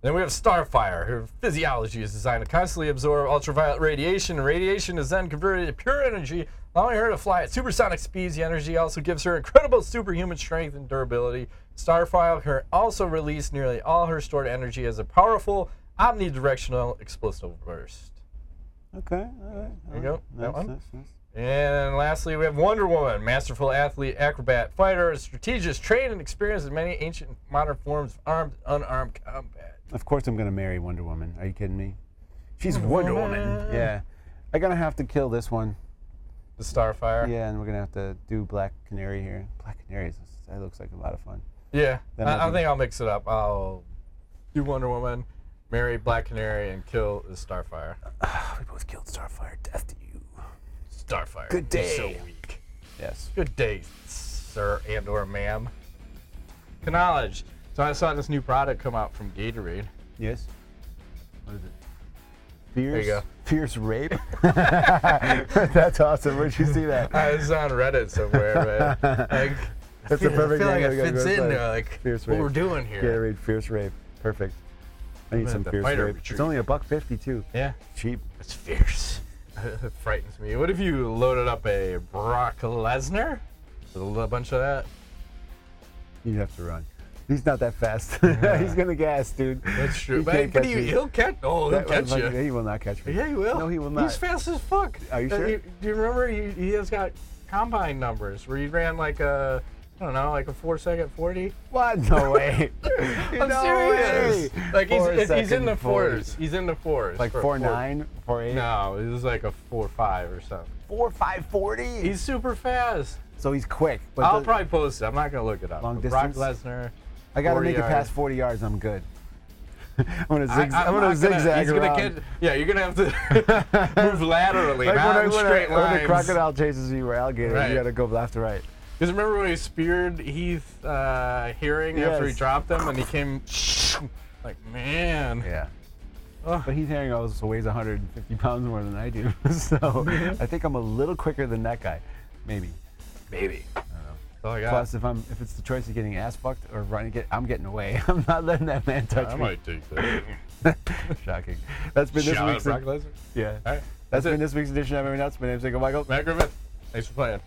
[SPEAKER 3] Then we have Starfire. Her physiology is designed to constantly absorb ultraviolet radiation, and radiation is then converted to pure energy, allowing her to fly at supersonic speeds. The energy also gives her incredible superhuman strength and durability. Starfire can also release nearly all her stored energy as a powerful, omnidirectional explosive burst.
[SPEAKER 2] Okay. All right.
[SPEAKER 3] There you go. that
[SPEAKER 1] Nice,
[SPEAKER 3] one.
[SPEAKER 1] nice, nice.
[SPEAKER 3] And lastly, we have Wonder Woman, masterful athlete, acrobat, fighter, strategist, trained and experienced in many ancient and modern forms of armed and unarmed combat.
[SPEAKER 2] Of course, I'm gonna marry Wonder Woman. Are you kidding me? She's
[SPEAKER 3] Oh,
[SPEAKER 2] Wonder, Woman.
[SPEAKER 3] Woman.
[SPEAKER 2] Yeah. I'm gonna have to kill this one.
[SPEAKER 3] The Starfire.
[SPEAKER 2] Yeah, and we're gonna have to do Black Canary here. Black Canaries. That looks like a lot of fun.
[SPEAKER 3] Yeah,
[SPEAKER 2] That might
[SPEAKER 3] I, I
[SPEAKER 2] be-
[SPEAKER 3] think I'll mix it up. I'll do Wonder Woman, marry Black Canary, and kill the Starfire. Oh,
[SPEAKER 2] We both killed Starfire. Death to you.
[SPEAKER 3] Starfire.
[SPEAKER 2] Good
[SPEAKER 3] you're so
[SPEAKER 2] day.
[SPEAKER 3] weak.
[SPEAKER 2] Yes.
[SPEAKER 3] Good day, sir and or ma'am. Knowledge. So I saw this new product come out from Gatorade.
[SPEAKER 2] Yes. What is it? Fierce.
[SPEAKER 3] you go.
[SPEAKER 2] Fierce rape. [LAUGHS] That's awesome. Where'd you see that? [LAUGHS]
[SPEAKER 3] I was on Reddit somewhere, but like,
[SPEAKER 2] That's the
[SPEAKER 3] I
[SPEAKER 2] perfect
[SPEAKER 3] feel like
[SPEAKER 2] name.
[SPEAKER 3] it
[SPEAKER 2] I gotta go
[SPEAKER 3] fits
[SPEAKER 2] with
[SPEAKER 3] in
[SPEAKER 2] that.
[SPEAKER 3] there, like
[SPEAKER 2] Fierce
[SPEAKER 3] what
[SPEAKER 2] rape.
[SPEAKER 3] we're doing here.
[SPEAKER 2] Gatorade Fierce Rape. Perfect. I need
[SPEAKER 3] gonna
[SPEAKER 2] some
[SPEAKER 3] have to
[SPEAKER 2] Fierce
[SPEAKER 3] fight her
[SPEAKER 2] Rape.
[SPEAKER 3] retreat.
[SPEAKER 2] It's only a buck fifty too.
[SPEAKER 3] Yeah,
[SPEAKER 2] Cheap.
[SPEAKER 3] it's fierce. [LAUGHS] it frightens me. What if you loaded up a Brock Lesnar with a little bunch of that?
[SPEAKER 2] You have to run. He's not that fast. [LAUGHS] He's gonna gas, dude. [LAUGHS]
[SPEAKER 3] That's true.
[SPEAKER 2] He
[SPEAKER 3] But
[SPEAKER 2] can't
[SPEAKER 3] but
[SPEAKER 2] catch
[SPEAKER 3] he,
[SPEAKER 2] me.
[SPEAKER 3] will catch. Oh, he'll
[SPEAKER 2] That
[SPEAKER 3] catch
[SPEAKER 2] motherfucker-
[SPEAKER 3] you.
[SPEAKER 2] He will not catch me.
[SPEAKER 3] Yeah, he will.
[SPEAKER 2] No, he will
[SPEAKER 3] He's
[SPEAKER 2] not.
[SPEAKER 3] fast as fuck.
[SPEAKER 2] Are you
[SPEAKER 3] Uh,
[SPEAKER 2] sure?
[SPEAKER 3] do you remember he, he has got combine numbers where he ran like a, I don't know, like a four second forty.
[SPEAKER 2] What?
[SPEAKER 3] [LAUGHS]
[SPEAKER 2] No way.
[SPEAKER 3] I'm
[SPEAKER 2] No
[SPEAKER 3] serious.
[SPEAKER 2] way.
[SPEAKER 3] Like he's,
[SPEAKER 2] Four
[SPEAKER 3] it's- he's in
[SPEAKER 2] second
[SPEAKER 3] the fours.
[SPEAKER 2] 40s.
[SPEAKER 3] He's in the fours.
[SPEAKER 2] Like
[SPEAKER 3] for a
[SPEAKER 2] four nine, four eight,
[SPEAKER 3] No, it was like a four five or something.
[SPEAKER 2] four five forty.
[SPEAKER 3] He's super fast.
[SPEAKER 2] so he's quick. But
[SPEAKER 3] I'll
[SPEAKER 2] the-
[SPEAKER 3] probably post it. I'm not gonna look it up.
[SPEAKER 2] Long
[SPEAKER 3] But Brock
[SPEAKER 2] distance?
[SPEAKER 3] Lesnar.
[SPEAKER 2] I gotta
[SPEAKER 3] 40
[SPEAKER 2] make it
[SPEAKER 3] yards.
[SPEAKER 2] past forty yards. I'm good. [LAUGHS] I'm gonna,
[SPEAKER 3] I-
[SPEAKER 2] zig- I'm
[SPEAKER 3] I'm
[SPEAKER 2] gonna
[SPEAKER 3] not gonna-
[SPEAKER 2] zigzag
[SPEAKER 3] he's gonna
[SPEAKER 2] around.
[SPEAKER 3] get- yeah, you're gonna
[SPEAKER 2] [LAUGHS]
[SPEAKER 3] have to [LAUGHS] move laterally,
[SPEAKER 2] Like when,
[SPEAKER 3] not
[SPEAKER 2] I-
[SPEAKER 3] in
[SPEAKER 2] when I-
[SPEAKER 3] straight
[SPEAKER 2] when
[SPEAKER 3] lines.
[SPEAKER 2] the crocodile chases you or alligator,
[SPEAKER 3] Right.
[SPEAKER 2] you gotta go left to right.
[SPEAKER 3] Because remember when he speared Heath uh, hearing after he
[SPEAKER 2] Yes.
[SPEAKER 3] dropped him and he came like man.
[SPEAKER 2] Yeah.
[SPEAKER 3] Ugh.
[SPEAKER 2] But he's hearing also weighs 150 pounds more than I do, [LAUGHS] so I think I'm a little quicker than that guy, maybe.
[SPEAKER 3] Maybe. I don't know. That's all Oh, I got.
[SPEAKER 2] Plus, if I'm if it's the choice of getting ass fucked or running, get I'm getting away. [LAUGHS] I'm not letting that man touch
[SPEAKER 3] I
[SPEAKER 2] me.
[SPEAKER 3] might take that.
[SPEAKER 2] [LAUGHS] Shocking. That's been this
[SPEAKER 3] Shout out
[SPEAKER 2] week's
[SPEAKER 3] Brock Lesnar.
[SPEAKER 2] yeah.
[SPEAKER 3] All right.
[SPEAKER 2] That's been this week's edition of Every Nuts. My name's Jacob Michael.
[SPEAKER 3] Matt Griffith. Thanks for playing.